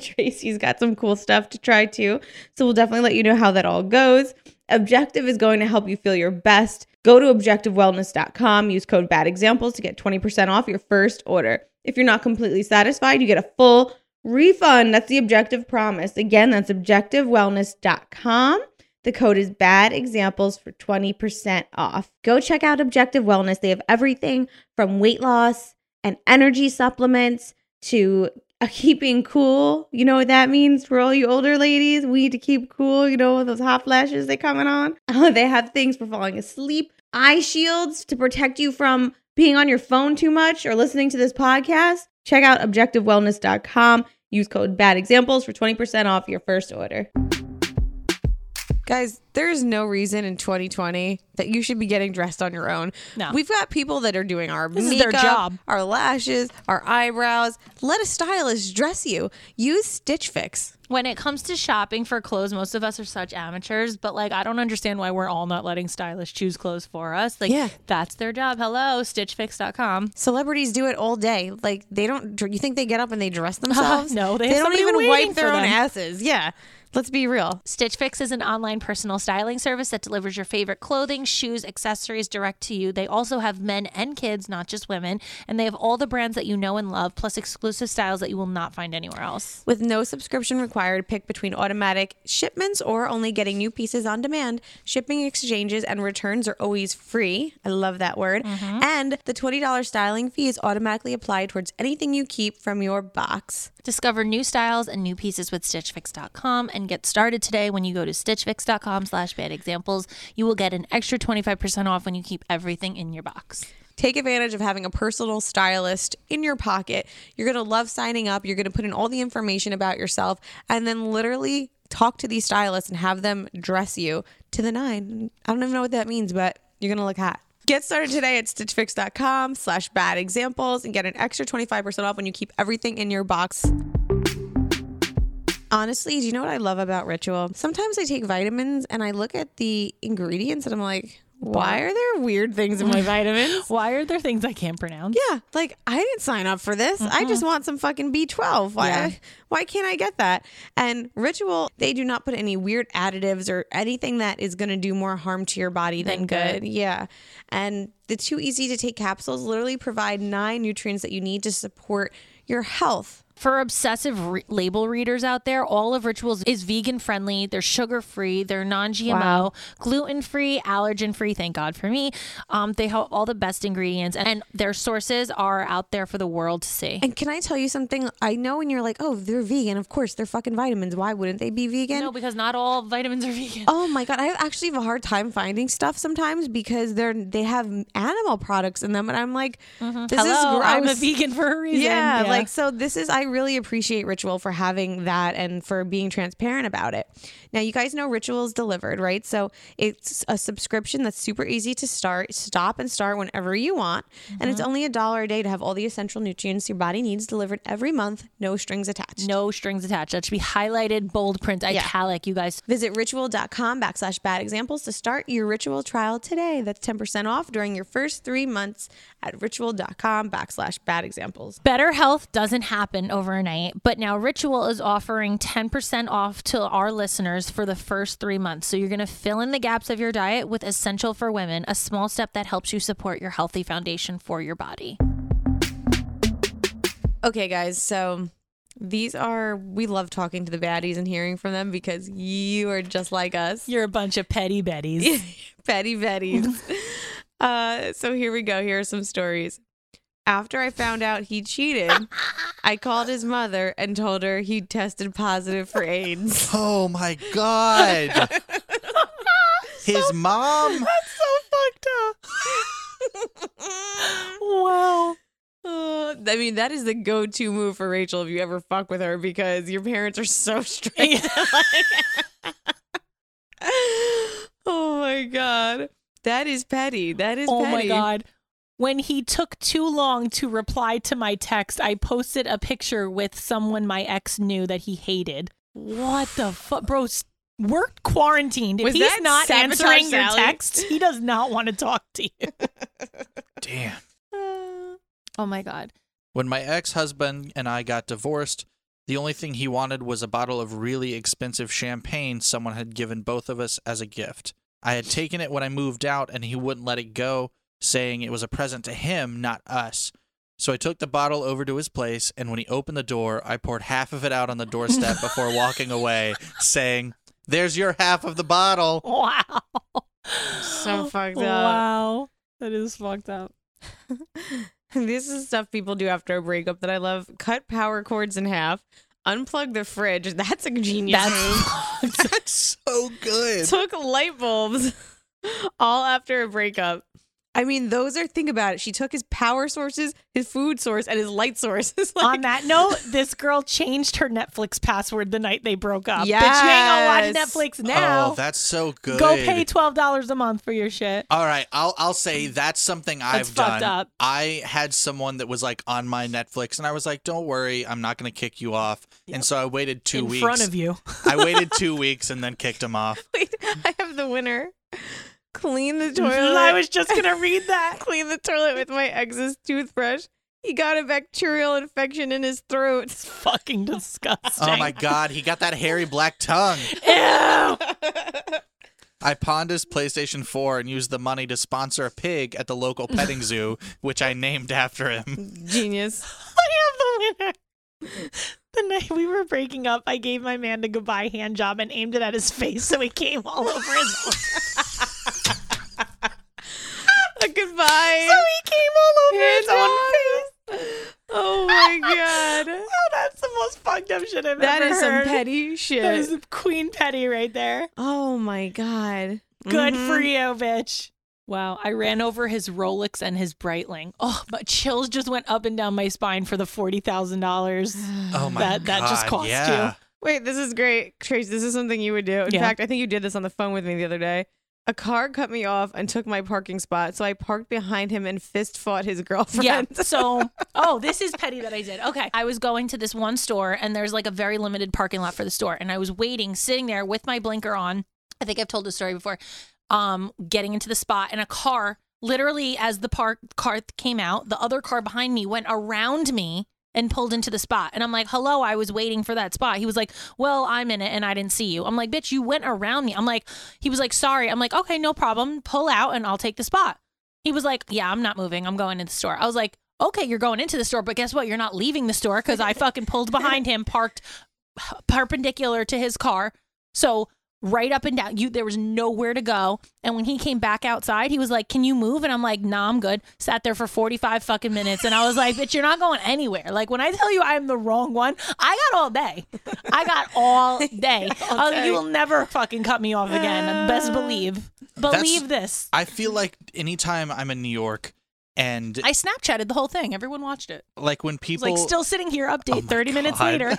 Speaker 5: Tracy's got some cool stuff to try too. So we'll definitely let you know how that all goes. Objective is going to help you feel your best. Go to objectivewellness.com, use code bad examples to get 20% off your first order. If you're not completely satisfied, you get a full refund. That's the objective promise. Again, that's objectivewellness.com. The code is bad examples for 20% off. Go check out Objective Wellness. They have everything from weight loss and energy supplements to uh, keeping cool. You know what that means for all you older ladies? We need to keep cool, you know, with those hot flashes they coming on. Oh, they have things for falling asleep, eye shields to protect you from being on your phone too much or listening to this podcast. Check out objectivewellness.com. Use code bad examples for 20% off your first order.
Speaker 3: Guys, there is no reason in 2020 that you should be getting dressed on your own.
Speaker 2: No.
Speaker 3: We've got people that are doing our
Speaker 2: This is their
Speaker 3: makeup,
Speaker 2: job.
Speaker 3: our lashes, our eyebrows. Let a stylist dress you. Use Stitch Fix.
Speaker 2: When it comes to shopping for clothes, most of us are such amateurs, but like I don't understand why we're all not letting stylists choose clothes for us. Like
Speaker 3: Yeah.
Speaker 2: that's their job. Hello, stitchfix.com.
Speaker 3: Celebrities do it all day. Like they don't. You think they get up and they dress themselves?
Speaker 2: No, they have
Speaker 3: don't
Speaker 2: somebody
Speaker 3: even
Speaker 2: waiting
Speaker 3: wipe their
Speaker 2: for
Speaker 3: own
Speaker 2: them.
Speaker 3: asses. Yeah, let's be real.
Speaker 2: Stitch Fix is an online personal styling service that delivers your favorite clothing, shoes, accessories direct to you. They also have men and kids, not just women, and they have all the brands that you know and love, plus exclusive styles that you will not find anywhere else.
Speaker 3: With no subscription required, pick between automatic shipments or only getting new pieces on demand. Shipping exchanges and returns are always free. I love that word. And the $20 styling fee is automatically applied towards anything you keep from your box.
Speaker 2: Discover new styles and new pieces with stitchfix.com and get started today when you go to stitchfix.com slash bad examples. You will get an extra 25% off when you keep everything in your box.
Speaker 3: Take advantage of having a personal stylist in your pocket. You're going to love signing up. You're going to put in all the information about yourself and then literally talk to these stylists and have them dress you to the nine. I don't even know what that means, but you're going to look hot. Get started today at stitchfix.com slash bad examples and get an extra 25% off when you keep everything in your box. Honestly, do you know what I love about Ritual? Sometimes I take vitamins and I look at the ingredients and I'm like, why are there weird things in my vitamins?
Speaker 2: Why are there things I can't pronounce?
Speaker 3: Yeah, like I didn't sign up for this. I just want some fucking B12. Why why can't I get that? And Ritual, they do not put any weird additives or anything that is going to do more harm to your body than, good. Yeah. And the two easy to take capsules literally provide nine nutrients that you need to support your health.
Speaker 2: For obsessive re- label readers out there, all of Rituals is vegan friendly. They're sugar free. They're non GMO, gluten free, allergen free. Thank God for me. Um, they have all the best ingredients, and their sources are out there for the world to see.
Speaker 3: And can I tell you something? I know when you're like, "Oh, they're vegan. Of course, they're fucking vitamins. Why wouldn't they be vegan?"
Speaker 2: No, because not all vitamins are vegan.
Speaker 3: Oh my god, I actually have a hard time finding stuff sometimes because they're they have animal products in them, and I'm like, this
Speaker 2: Mm-hmm. Hello,
Speaker 3: is gross.
Speaker 2: I'm a vegan for a reason.
Speaker 3: Yeah, like so this is I really appreciate Ritual for having that and for being transparent about it. Now you guys know Ritual is delivered, right? So it's a subscription that's super easy to start, stop and start whenever you want, and
Speaker 2: Mm-hmm.
Speaker 3: it's only a dollar a day to have all the essential nutrients your body needs delivered every month, no strings attached.
Speaker 2: no strings attached. That should be highlighted, bold print, italic. You guys
Speaker 3: Visit ritual.com backslash bad examples to start your ritual trial today. That's 10% off during your first three months at ritual.com backslash bad examples.
Speaker 2: Better health doesn't happen overnight, but now Ritual is offering 10% off to our listeners for the first three months. So you're going to fill in the gaps of your diet with Essential for Women, a small step that helps you support your healthy foundation for your body.
Speaker 3: Okay, guys, so these are, we love talking to the baddies and hearing from them because you are just like us.
Speaker 2: You're a bunch of petty betties.
Speaker 3: Betty Betty's. uh, so here we go. Here are some stories. After I found out he cheated, I called his mother and told her he tested positive for AIDS.
Speaker 4: Oh my god. His mom.
Speaker 3: so fucked up. wow. I mean, that is the go-to move for Rachel if you ever fuck with her because your parents are so straight. oh my god, that is petty. That is
Speaker 2: Oh my
Speaker 3: petty.
Speaker 2: God. When he took too long to reply to my text, I posted a picture with someone my ex knew that he hated. What the fuck? Bro, s- we're quarantined. If
Speaker 3: Was
Speaker 2: he's
Speaker 3: that
Speaker 2: not
Speaker 3: Sabotage
Speaker 2: answering your
Speaker 3: Sally?
Speaker 2: texts, he does not want to talk to you.
Speaker 4: Damn.
Speaker 2: Oh my God. Oh
Speaker 4: When my ex husband and I got divorced, The only thing he wanted was a bottle of really expensive champagne someone had given both of us as a gift. I had taken it when I moved out, and he wouldn't let it go, saying it was a present to him, not us. So I took the bottle over to his place, and when he opened the door, I poured half of it out on the doorstep before walking away, saying, There's your half of the bottle.
Speaker 2: Wow.
Speaker 3: So fucked up.
Speaker 2: Wow. That is fucked up.
Speaker 3: this is stuff people do after a breakup that I love. Cut power cords in half, unplug the fridge. That's a genius move.
Speaker 2: That's
Speaker 4: That's so good.
Speaker 3: Took light bulbs all after a breakup. I mean, those are think about it. She took his power sources, his food source, and his light sources.
Speaker 2: On
Speaker 3: like,
Speaker 2: that note, this girl changed her Netflix password the night they broke up. Bitch, you ain't
Speaker 3: Yes.
Speaker 2: gonna watch Netflix now.
Speaker 4: Oh, that's so good.
Speaker 2: Go pay twelve dollars a month for your shit.
Speaker 4: All right, I'll I'll say that's something I've
Speaker 2: Mm. That's
Speaker 4: done.
Speaker 2: fucked up.
Speaker 4: I had someone that was like on my Netflix, and I was like, "Don't worry, I'm not going to kick you off." And so I waited two
Speaker 2: in
Speaker 4: weeks.
Speaker 2: front of you.
Speaker 4: I waited two weeks and then kicked him off.
Speaker 3: wait, I have the winner. Clean the toilet.
Speaker 2: I was just gonna read that.
Speaker 3: clean the toilet with my ex's toothbrush. He got a bacterial infection in his throat.
Speaker 2: It's fucking disgusting.
Speaker 4: Oh my god, he got that hairy black tongue.
Speaker 2: Ew.
Speaker 4: I pawned his PlayStation 4 and used the money to sponsor a pig at the local petting zoo, which I named after him.
Speaker 3: Genius.
Speaker 2: I am the winner. The night we were breaking up, I gave my man the goodbye hand job and aimed it at his face, so it came all over his.
Speaker 3: A goodbye. So he came all over his own face. Oh my god.
Speaker 2: oh, that's the most fucked up shit I've
Speaker 3: That
Speaker 2: ever
Speaker 3: is some
Speaker 2: heard.
Speaker 3: petty shit.
Speaker 2: That is Queen Petty right there.
Speaker 3: oh my god. Mm-hmm.
Speaker 2: Good
Speaker 4: Mm-hmm.
Speaker 2: for you, bitch. Wow, I ran over his Rolex and his Breitling. Oh, but chills just went up and down my spine for the forty thousand dollars.
Speaker 4: Oh my
Speaker 2: That-
Speaker 4: god.
Speaker 2: that just cost you.
Speaker 4: yeah.
Speaker 3: Wait, this is great. Trace, this is something you would do. In
Speaker 2: Yeah.
Speaker 3: fact, I think you did this on the phone with me the other day. A car cut me off and took my parking spot, so I parked behind him and fist fought his girlfriend.
Speaker 2: Yeah. So, oh, this is petty that I did. Okay. I was going to this one store and there's like a very limited parking lot for the store. And I was waiting, sitting there with my blinker on. I think I've told this story before. Um, getting into the spot and a car, literally as the park car came out, the other car behind me went around me and pulled into the spot. And I'm like, hello, I was waiting for that spot. He was like, well, I'm in it and I didn't see you. I'm like, bitch, you went around me. I'm like, he was like, sorry. I'm like, okay, no problem. Pull out and I'll take the spot. He was like, yeah, I'm not moving. I'm going into the store. I was like, okay, you're going into the store, but guess what? You're not leaving the store because I fucking pulled behind him, parked perpendicular to his car. So right up and down, you there was nowhere to go. And when he came back outside, he was like, "Can you move?" And I'm like, "Nah, I'm good." Sat there for 45 fucking minutes, and I was like, "Bitch, you're not going anywhere." Like when I tell you I'm the wrong one, I got all day. I got all day. I was like, you will never fucking cut me off again. Best believe, believe this.
Speaker 4: I feel like anytime I'm in New York and
Speaker 2: I Snapchatted the whole thing. Everyone watched it.
Speaker 4: like when
Speaker 2: It's
Speaker 4: people
Speaker 2: like still sitting here.
Speaker 4: Oh
Speaker 2: Update
Speaker 4: my
Speaker 2: 30 minutes
Speaker 4: God.
Speaker 2: later.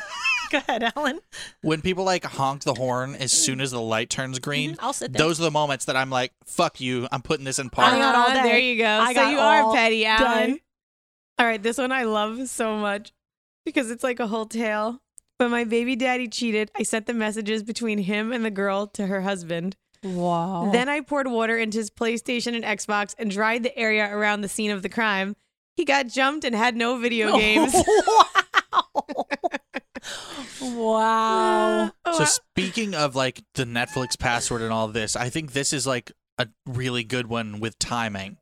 Speaker 2: Go ahead, Alan.
Speaker 4: when people like honk the horn as soon as the light turns green,
Speaker 2: Mhm, I'll sit there.
Speaker 4: those are the moments that I'm like, fuck you, I'm putting this in
Speaker 2: I
Speaker 4: park.
Speaker 2: got all
Speaker 3: Ah,
Speaker 2: day.
Speaker 3: There you go.
Speaker 2: I
Speaker 3: so
Speaker 2: got
Speaker 3: you
Speaker 2: all
Speaker 3: are petty, Alan.
Speaker 2: day.
Speaker 3: All right, this one I love so much because it's like a whole tale. When my baby daddy cheated, I sent the messages between him and the girl to her husband.
Speaker 2: Wow.
Speaker 3: Then I poured water into his PlayStation and Xbox and dried the area around the scene of the crime. He got jumped and had no video games.
Speaker 2: wow. wow.
Speaker 3: Oh,
Speaker 4: So
Speaker 3: I-
Speaker 4: speaking of like the Netflix password and all this, I think this is like a really good one with timing.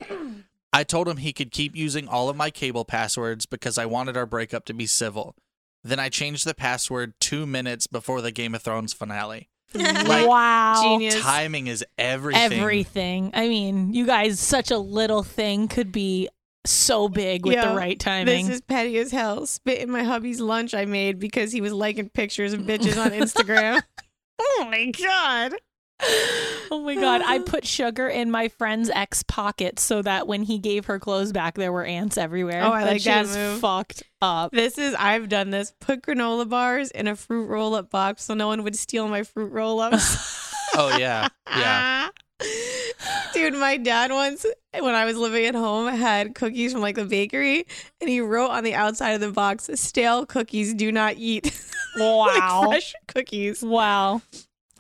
Speaker 4: I told him he could keep using all of my cable passwords because I wanted our breakup to be civil. Then I changed the password two minutes before the Game of Thrones finale. Uh, Like,
Speaker 2: wow.
Speaker 3: genius.
Speaker 4: Timing is everything.
Speaker 2: Everything. I mean, you guys, such a little thing could be so big with the
Speaker 3: Yo,
Speaker 2: right timing.
Speaker 3: This is petty as hell. Spit in my hubby's lunch I made because he was liking pictures of bitches on Instagram. oh my god.
Speaker 2: oh my god. I put sugar in my friend's ex pocket so that when he gave her clothes back, there were ants everywhere.
Speaker 3: Oh, I like
Speaker 2: she
Speaker 3: that
Speaker 2: is
Speaker 3: move.
Speaker 2: fucked up.
Speaker 3: This is I've done this. Put granola bars in a fruit roll up box so no one would steal my fruit roll ups.
Speaker 4: Oh yeah. Yeah.
Speaker 3: Dude, my dad once when I was living at home had cookies from like the bakery and he wrote on the outside of the box, stale cookies do not eat.
Speaker 2: Wow.
Speaker 3: like fresh cookies.
Speaker 2: Wow.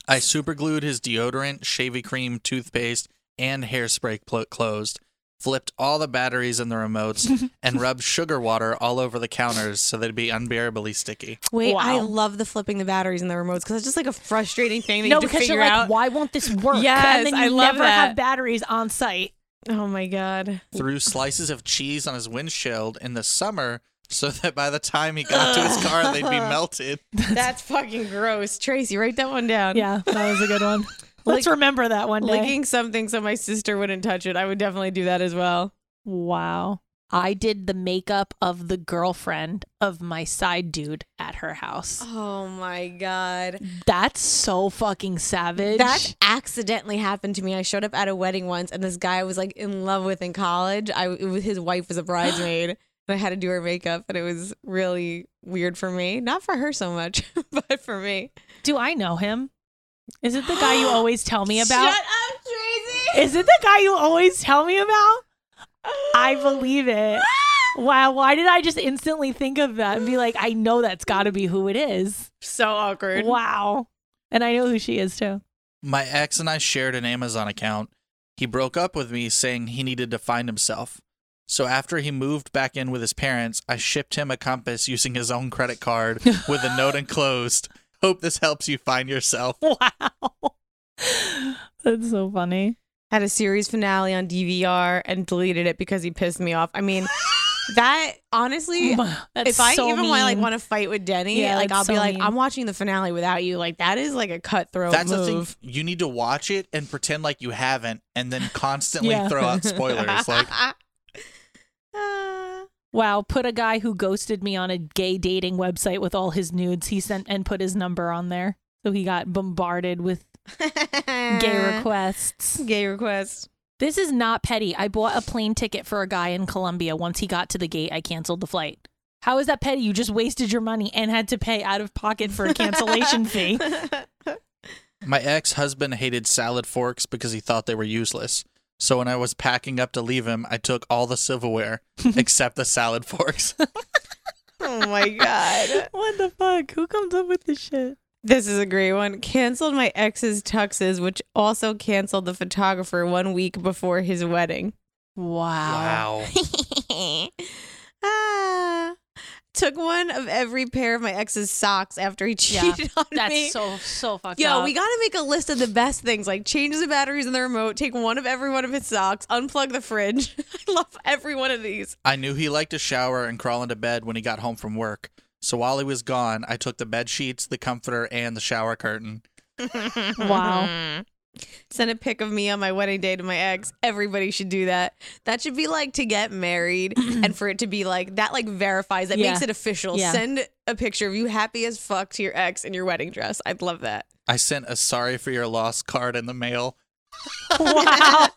Speaker 4: I superglued his deodorant, shavy cream, toothpaste, and hairspray clo- closed. flipped all the batteries in the remotes, and rubbed sugar water all over the counters so they'd be unbearably sticky.
Speaker 3: Wait, I
Speaker 2: Wow.
Speaker 3: love the flipping the batteries in the remotes because it's just like a frustrating thing that
Speaker 2: no,
Speaker 3: you have to
Speaker 2: because
Speaker 3: figure
Speaker 2: you're like,
Speaker 3: out.
Speaker 2: why won't this work?
Speaker 3: Yes,
Speaker 2: and then you
Speaker 3: I love
Speaker 2: never
Speaker 3: that.
Speaker 2: have batteries on site.
Speaker 3: oh my god.
Speaker 4: Threw slices of cheese on his windshield in the summer so that by the time he got to his car, they'd be melted.
Speaker 3: That's fucking gross. Tracy, write that one down.
Speaker 2: Yeah, that was a good one. Let's
Speaker 3: Lick-
Speaker 2: remember that one day.
Speaker 3: Licking something so my sister wouldn't touch it. I would definitely do that as well.
Speaker 2: Wow. I did the makeup of the girlfriend of my side dude at her house.
Speaker 3: Oh my god.
Speaker 2: That's so fucking savage.
Speaker 3: That accidentally happened to me. I showed up at a wedding once, and this guy I was like in love with in college. I it was, his wife was a bridesmaid, and I had to do her makeup, and it was really weird for me. Not for her so much, but for me.
Speaker 2: Do I know him? Is it the guy you always tell me about?
Speaker 3: Shut up, Tracy.
Speaker 2: Is it the guy you always tell me about? I believe it. Wow, why did I just instantly think of that and be like, I know that's got to be who it is?
Speaker 3: So awkward.
Speaker 2: Wow. And I know who she is too.
Speaker 4: My ex and I shared an Amazon account. He broke up with me saying he needed to find himself. So after he moved back in with his parents, I shipped him a compass using his own credit card with a note enclosed. Hope this helps you find yourself.
Speaker 2: Wow. That's so funny.
Speaker 3: Had a series finale on DVR and deleted it because he pissed me off. I mean, that honestly.
Speaker 2: Oh That's
Speaker 3: if I
Speaker 2: so
Speaker 3: even want like
Speaker 2: mean.
Speaker 3: want to fight with Denny,
Speaker 2: Yeah,
Speaker 3: like
Speaker 2: that's
Speaker 3: I'll be
Speaker 2: so
Speaker 3: like,
Speaker 2: mean.
Speaker 3: I'm watching the finale without you. Like that is like a cutthroat
Speaker 4: That's the
Speaker 3: move.
Speaker 4: thing. You need to watch it and pretend like you haven't, and then constantly
Speaker 2: Yeah.
Speaker 4: throw out spoilers. Like,
Speaker 3: Uh,
Speaker 2: Wow, put a guy who ghosted me on a gay dating website with all his nudes he sent and put his number on there. So he got bombarded with gay requests.
Speaker 3: Gay request.
Speaker 2: This is not petty. I bought a plane ticket for a guy in Colombia. Once he got to the gate, I canceled the flight. How is that petty? You just wasted your money and had to pay out of pocket for a cancellation fee.
Speaker 4: my ex husband hated salad forks because he thought they were useless. So when I was packing up to leave him, I took all the silverware except the salad forks.
Speaker 3: Oh my god.
Speaker 2: What the fuck? Who comes up with this shit?
Speaker 3: This is a great one. Canceled my ex's tuxes, which also canceled the photographer one week before his wedding.
Speaker 2: Wow.
Speaker 4: Wow.
Speaker 3: ah. Took one of every pair of my ex's socks after he
Speaker 2: Yeah,
Speaker 3: cheated on
Speaker 2: That's
Speaker 3: me.
Speaker 2: so so fucked
Speaker 3: Yo,
Speaker 2: up.
Speaker 3: we gotta make a list of the best things, like change the batteries in the remote, take one of every one of his socks, unplug the fridge. I love every one of these.
Speaker 4: I knew he liked to shower and crawl into bed when he got home from work. So while he was gone, I took the bed sheets, the comforter, and the shower curtain.
Speaker 2: Mm-hmm. Wow.
Speaker 3: Send a pic of me on my wedding day to my ex. Everybody should do that. That should be like to get married and for it to be like that like verifies that
Speaker 2: Yeah.
Speaker 3: makes it official.
Speaker 2: Yeah.
Speaker 3: Send a picture of you happy as fuck to your ex in your wedding dress. I'd love that.
Speaker 4: I sent a sorry for your loss card in the mail.
Speaker 2: wow.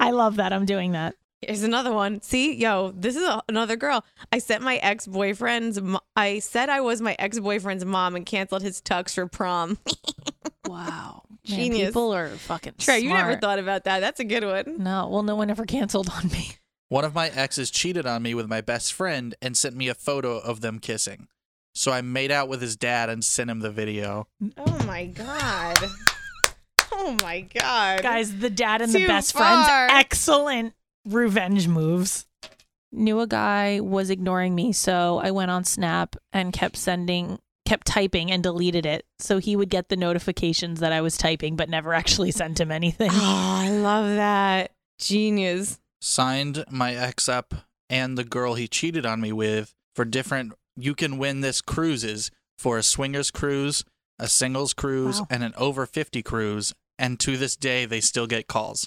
Speaker 2: I love that. I'm doing that.
Speaker 3: Here's another one. See, yo, this is a, another girl. I sent my ex boyfriend's. mo- I said I was my ex boyfriend's mom and canceled his tux for prom.
Speaker 2: Wow.
Speaker 3: Genius.
Speaker 2: people are fucking
Speaker 3: Trey, you never
Speaker 2: smart. Mm.
Speaker 3: thought about that. That's a good one.
Speaker 2: No, well, no one ever canceled on me.
Speaker 4: One of my exes cheated on me with my best friend and sent me a photo of them kissing. So I made out with his dad and sent him the video.
Speaker 3: Oh my god. Oh my god,
Speaker 2: Guys, the dad and
Speaker 3: Too
Speaker 2: the best
Speaker 3: far.
Speaker 2: friends, excellent revenge moves. Knew a guy was ignoring me, so I went on Snap and kept sending, kept typing and deleted it. So he would get the notifications that I was typing, but never actually sent him anything.
Speaker 3: Oh, I love that. Genius.
Speaker 4: Signed my ex up and the girl he cheated on me with for different you can win this cruises for a swingers cruise, a singles cruise,
Speaker 2: Wow.
Speaker 4: and an over 50 cruise. And to this day, they still get calls.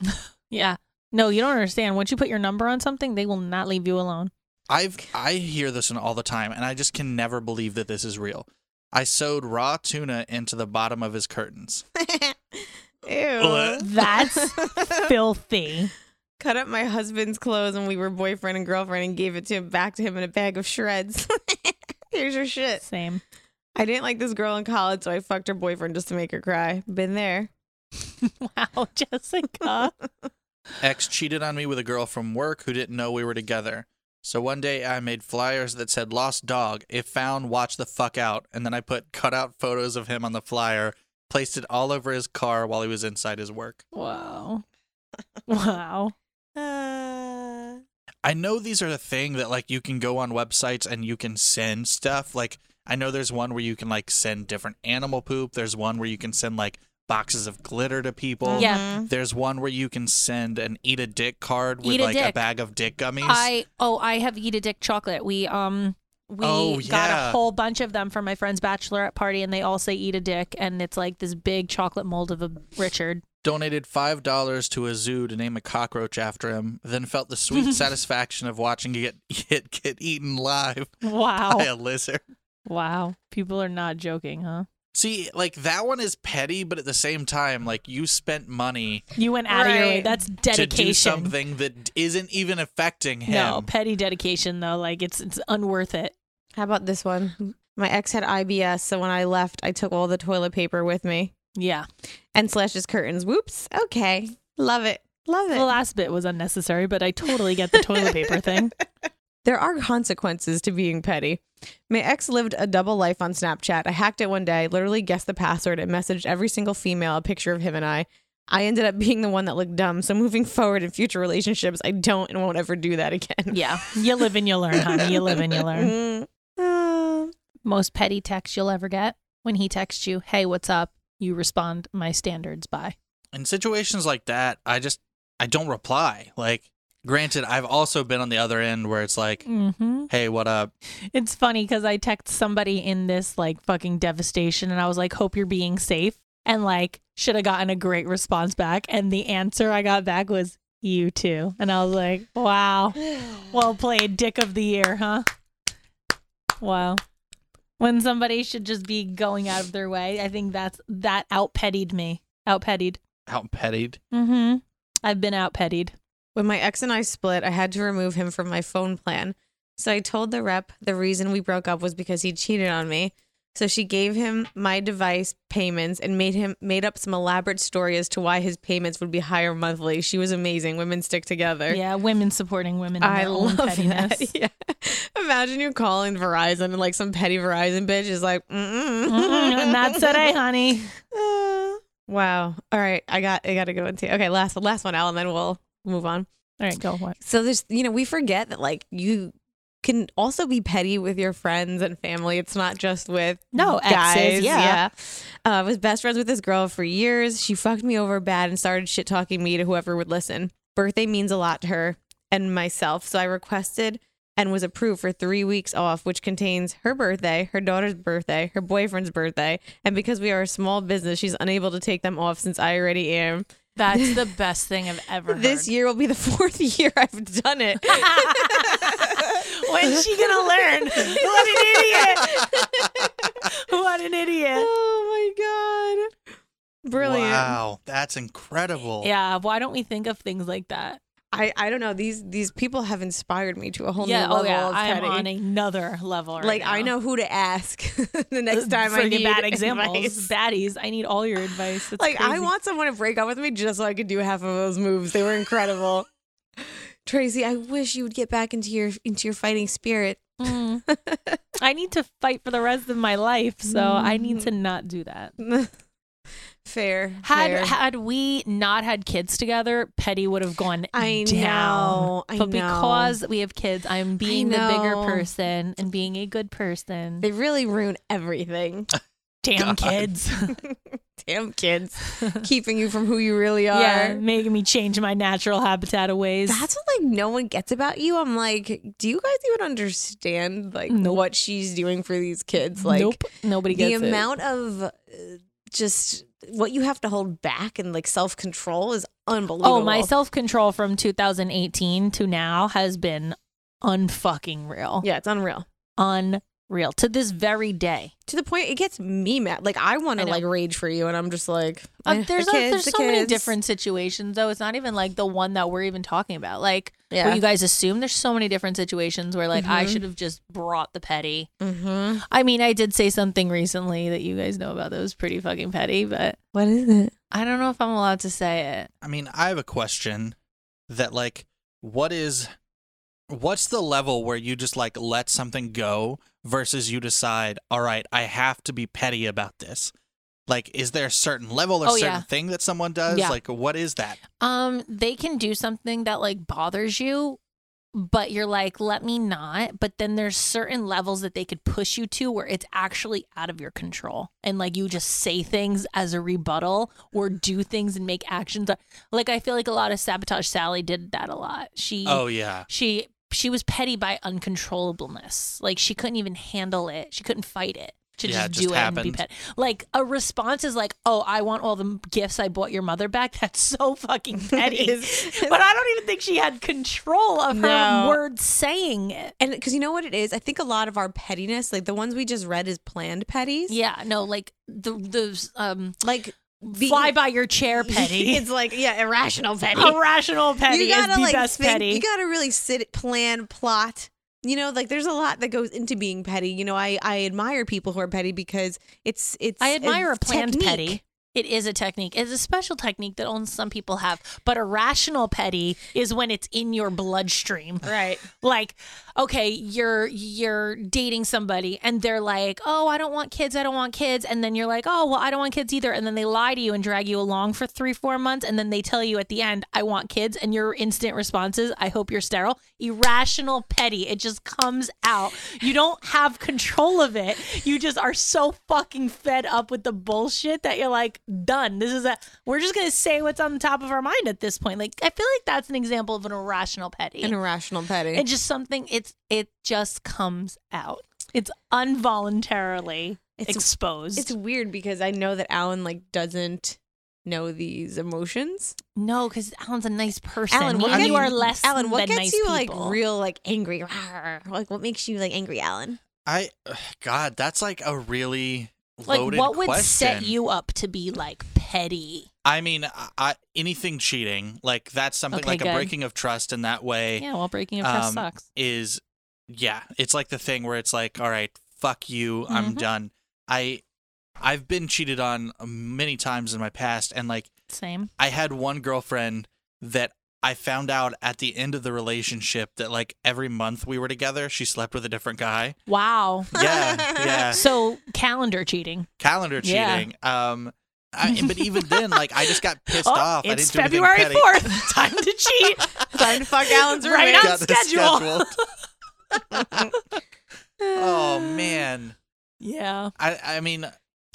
Speaker 2: yeah. No, you don't understand. Once you put your number on something, they will not leave you alone.
Speaker 4: I've I hear this one all the time, and I just can never believe that this is real. I sewed raw tuna into the bottom of his curtains.
Speaker 3: Ew.
Speaker 2: That's filthy.
Speaker 3: Cut up my husband's clothes when we were boyfriend and girlfriend and gave it to him back to him in a bag of shreds. Here's your shit.
Speaker 2: Same.
Speaker 3: I didn't like this girl in college, so I fucked her boyfriend just to make her cry. Been there.
Speaker 2: wow, Jessica.
Speaker 4: Ex cheated on me with a girl from work who didn't know we were together. So one day I made flyers that said "Lost Dog." If found, watch the fuck out. And then I put cutout photos of him on the flyer, placed it all over his car while he was inside his work.
Speaker 2: Wow. Wow.
Speaker 3: Uh,
Speaker 4: I know these are the thing that like you can go on websites and you can send stuff. Like I know there's one where you can like send different animal poop. There's one where you can send like boxes of glitter to people.
Speaker 2: Yeah.
Speaker 3: mhm.
Speaker 4: There's one where you can send an eat a dick card with
Speaker 2: Eat a
Speaker 4: like a
Speaker 2: dick.
Speaker 4: bag of dick gummies.
Speaker 2: I oh I have eat a dick chocolate. We um we
Speaker 4: Oh,
Speaker 2: got
Speaker 4: yeah.
Speaker 2: a whole bunch of them for my friend's bachelorette party, and they all say eat a dick, and it's like this big chocolate mold of a Richard.
Speaker 4: donated five dollars to a zoo to name a cockroach after him, then felt the sweet satisfaction of watching it get it get eaten live by
Speaker 2: Wow,
Speaker 4: a lizard.
Speaker 2: wow, people are not joking, huh?
Speaker 4: See, like that one is petty, but at the same time, like you spent money
Speaker 2: You went out of your way.
Speaker 3: Right.
Speaker 2: That's
Speaker 4: to do
Speaker 2: dedication.
Speaker 4: something that isn't even affecting him.
Speaker 2: no, petty dedication though. Like it's it's unworth it.
Speaker 3: How about this one? My ex had IBS, so when I left, I took all the toilet paper with me
Speaker 2: Yeah,
Speaker 3: and slashes curtains. Whoops. Okay. Love it. Love it.
Speaker 2: the last bit was unnecessary, but I totally get the toilet paper thing.
Speaker 3: There are consequences to being petty. My ex lived a double life on Snapchat. I hacked it one day, literally guessed the password, and messaged every single female a picture of him and I. I ended up being the one that looked dumb. So moving forward in future relationships, I don't and won't ever do that again.
Speaker 2: Yeah, you live and you learn, honey. You live and you learn.
Speaker 3: Mm. Uh,
Speaker 2: most petty text you'll ever get when he texts you, "Hey, what's up?" You respond, "My standards, bye."
Speaker 4: In situations like that, I just I don't reply. Like granted, I've also been on the other end where it's like,
Speaker 2: Mm-hmm.
Speaker 4: hey, what up?
Speaker 2: It's funny because I text somebody in this like fucking devastation, and I was like, "Hope you're being safe," and like should have gotten a great response back, and the answer I got back was, "You too," and I was like, "Wow, well played, dick of the year, huh?" Wow. When somebody should just be going out of their way, I think that's that out pettied me. Out pettied.
Speaker 4: Out pettied.
Speaker 2: Mm-hmm. I've been out pettied.
Speaker 3: When my ex and I split, I had to remove him from my phone plan. So I told the rep the reason we broke up was because he cheated on me. So she gave him my device payments and made him made up some elaborate story as to why his payments would be higher monthly. She was amazing. Women stick together.
Speaker 2: Yeah, women supporting women. In
Speaker 3: I
Speaker 2: their
Speaker 3: love
Speaker 2: own pettiness.
Speaker 3: that. Yeah. Imagine you're calling Verizon and like some petty Verizon bitch is like, mm
Speaker 2: Mm-mm, not today, eh, honey.
Speaker 3: wow. All right, I got I got to go into. Okay, last last one, Al, and then we'll move on.
Speaker 2: All right, go what?
Speaker 3: So there's, you know, we forget that like you can also be petty with your friends and family. It's not just with
Speaker 2: No, exes,
Speaker 3: guys.
Speaker 2: yeah.
Speaker 3: yeah. Uh, I was best friends with this girl for years. She fucked me over bad and started shit talking me to whoever would listen. Birthday means a lot to her and myself, so I requested and was approved for three weeks off, which contains her birthday, her daughter's birthday, her boyfriend's birthday, and because we are a small business, she's unable to take them off since I already am.
Speaker 2: That's the best thing I've ever heard.
Speaker 3: This year will be the fourth year I've done it.
Speaker 2: When's she gonna learn? What an idiot! what an idiot!
Speaker 3: Oh my god. Brilliant.
Speaker 4: Wow, that's incredible.
Speaker 2: Yeah, why don't we think of things like that?
Speaker 3: I, I don't know. These these people have inspired me to a whole
Speaker 2: yeah,
Speaker 3: new level
Speaker 2: oh yeah,
Speaker 3: of
Speaker 2: I am
Speaker 3: petty.
Speaker 2: on another level. Right
Speaker 3: like I
Speaker 2: now.
Speaker 3: know who to ask the next time
Speaker 2: For
Speaker 3: I
Speaker 2: the
Speaker 3: need
Speaker 2: bad examples,
Speaker 3: advice.
Speaker 2: baddies. I need all your advice. It's
Speaker 3: like I
Speaker 2: crazy.
Speaker 3: want someone to break up with me just so I could do half of those moves. They were incredible. Tracy, I wish you would get back into your into your fighting spirit.
Speaker 2: Mm. I need to fight for the rest of my life, so I
Speaker 3: Mm.
Speaker 2: need to not do that.
Speaker 3: Fair.
Speaker 2: Had
Speaker 3: fair.
Speaker 2: had we not had kids together, Petty would have gone
Speaker 3: I
Speaker 2: down.
Speaker 3: know, I
Speaker 2: but
Speaker 3: know.
Speaker 2: because we have kids, I'm being the bigger
Speaker 3: know.
Speaker 2: person and being a good person.
Speaker 3: they really ruin everything.
Speaker 2: Damn kids.
Speaker 3: Damn kids, keeping you from who you really are.
Speaker 2: yeah, making me change my natural habitat of ways.
Speaker 3: That's what like no one gets about you. I'm like, do you guys even understand like
Speaker 2: Nope.
Speaker 3: what she's doing for these kids? Like
Speaker 2: nope. Nobody
Speaker 3: the
Speaker 2: gets
Speaker 3: amount of uh, just what you have to hold back and like self control is
Speaker 2: It.
Speaker 3: unbelievable.
Speaker 2: Oh, my self control from 2018 to now has been unfucking real.
Speaker 3: Yeah, it's unreal.
Speaker 2: Unreal to this very day.
Speaker 3: To the point it gets me mad. Like I want
Speaker 2: I
Speaker 3: to
Speaker 2: know.
Speaker 3: like rage for you, and I'm just like,
Speaker 2: Uh,
Speaker 3: eh,
Speaker 2: there's
Speaker 3: the
Speaker 2: a-
Speaker 3: kids,
Speaker 2: there's
Speaker 3: the
Speaker 2: so many
Speaker 3: kids.
Speaker 2: different situations though. It's not even like the one that we're even talking about. Like
Speaker 3: Yeah.
Speaker 2: where you guys assume there's so many different situations where like I
Speaker 3: Mhm.
Speaker 2: should have just brought the petty.
Speaker 3: Mm-hmm.
Speaker 2: I mean, I did say something recently that you guys know about that was pretty fucking petty, but
Speaker 3: What is it?
Speaker 2: I don't know if I'm allowed to say it.
Speaker 4: I mean, I have a question that like what is what's the level where you just like let something go versus you decide, all right, I have to be petty about this. Like, is there a certain level or
Speaker 2: Oh,
Speaker 4: certain
Speaker 2: yeah.
Speaker 4: thing that someone does?
Speaker 2: Yeah.
Speaker 4: Like, what is that?
Speaker 2: Um, they can do something that like bothers you, but you're like, let me not. But then there's certain levels that they could push you to where it's actually out of your control. And like you just say things as a rebuttal or do things and make actions. Like I feel like a lot of sabotage Sally did that a lot. She
Speaker 4: Oh yeah,
Speaker 2: she she was petty by uncontrollableness. Like she couldn't even handle it. She couldn't fight it. She
Speaker 4: Yeah, it
Speaker 2: just,
Speaker 4: just
Speaker 2: do it and
Speaker 4: happened.
Speaker 2: be petty. Like a response is like, "Oh, I want all the gifts I bought your mother back." That's so fucking petty.
Speaker 3: is-
Speaker 2: but I don't even think she had control of her
Speaker 3: No.
Speaker 2: words saying it.
Speaker 3: And because you know what it is, I think a lot of our pettiness, like the ones we just read, is planned petties.
Speaker 2: Yeah, no, like the the um
Speaker 3: like being-
Speaker 2: fly by your chair petty.
Speaker 3: it's like yeah, irrational petty.
Speaker 2: irrational petty
Speaker 3: you gotta
Speaker 2: is the
Speaker 3: like
Speaker 2: best
Speaker 3: think,
Speaker 2: petty.
Speaker 3: You gotta really sit, plan, plot. You know, like there's a lot that goes into being petty. You know, I I admire people who are petty because it's it's.
Speaker 2: I admire a
Speaker 3: it's
Speaker 2: planned
Speaker 3: technique.
Speaker 2: petty. It is a technique. It's a special technique that only some people have. But irrational petty is when it's in your bloodstream.
Speaker 3: Right.
Speaker 2: Like, okay, you're you're dating somebody and they're like, "Oh, I don't want kids. I don't want kids." And then you're like, "Oh, well, I don't want kids either." And then they lie to you and drag you along for 3-4 months and then they tell you at the end, "I want kids." And your instant response is, "I hope you're sterile." Irrational petty. It just comes out. You don't have control of it. You just are so fucking fed up with the bullshit that you're like, "Done. This is a we're just going to say what's on the top of our mind at this point." Like, I feel like that's an example of an irrational petty.
Speaker 3: An irrational petty.
Speaker 2: It's just something. It's it just comes out. It's involuntarily
Speaker 3: It's-
Speaker 2: exposed.
Speaker 3: it's weird because I know that Alan like doesn't know these emotions.
Speaker 2: no, because Alan's a nice person.
Speaker 3: Alan, what
Speaker 2: and
Speaker 3: gets-
Speaker 2: you are less.
Speaker 3: Alan, what
Speaker 2: than
Speaker 3: gets
Speaker 2: nice
Speaker 3: you
Speaker 2: people.
Speaker 3: like real like angry? Rawr. Like what makes you like angry, Alan?
Speaker 4: I ugh, God, that's like a really
Speaker 2: Like
Speaker 4: loaded
Speaker 2: what would set
Speaker 4: question.
Speaker 2: you up to be like petty?
Speaker 4: I mean, I, I, anything cheating like that's something
Speaker 2: Okay,
Speaker 4: like
Speaker 2: good.
Speaker 4: a breaking of trust in that way.
Speaker 2: Yeah, well, breaking of trust
Speaker 4: um,
Speaker 2: sucks.
Speaker 4: is yeah it's like the thing where it's like all right fuck you i'm
Speaker 2: Mhm.
Speaker 4: done i i've been cheated on uh, many times in my past and like
Speaker 2: Same.
Speaker 4: i had one girlfriend that i found out at the end of the relationship that like every month we were together she slept with a different guy
Speaker 2: Wow.
Speaker 4: yeah yeah
Speaker 2: So calendar cheating.
Speaker 4: calendar
Speaker 2: Yeah.
Speaker 4: cheating um I, but even then like i just got pissed
Speaker 2: oh,
Speaker 4: off i
Speaker 2: It's
Speaker 4: didn't do anything
Speaker 2: February
Speaker 4: petty.
Speaker 2: fourth. Time to cheat.
Speaker 3: Time to fuck Alan's
Speaker 2: Right
Speaker 3: roommate.
Speaker 2: on
Speaker 4: Got this
Speaker 2: schedule.
Speaker 4: scheduled. oh man
Speaker 2: Yeah.
Speaker 4: I I mean,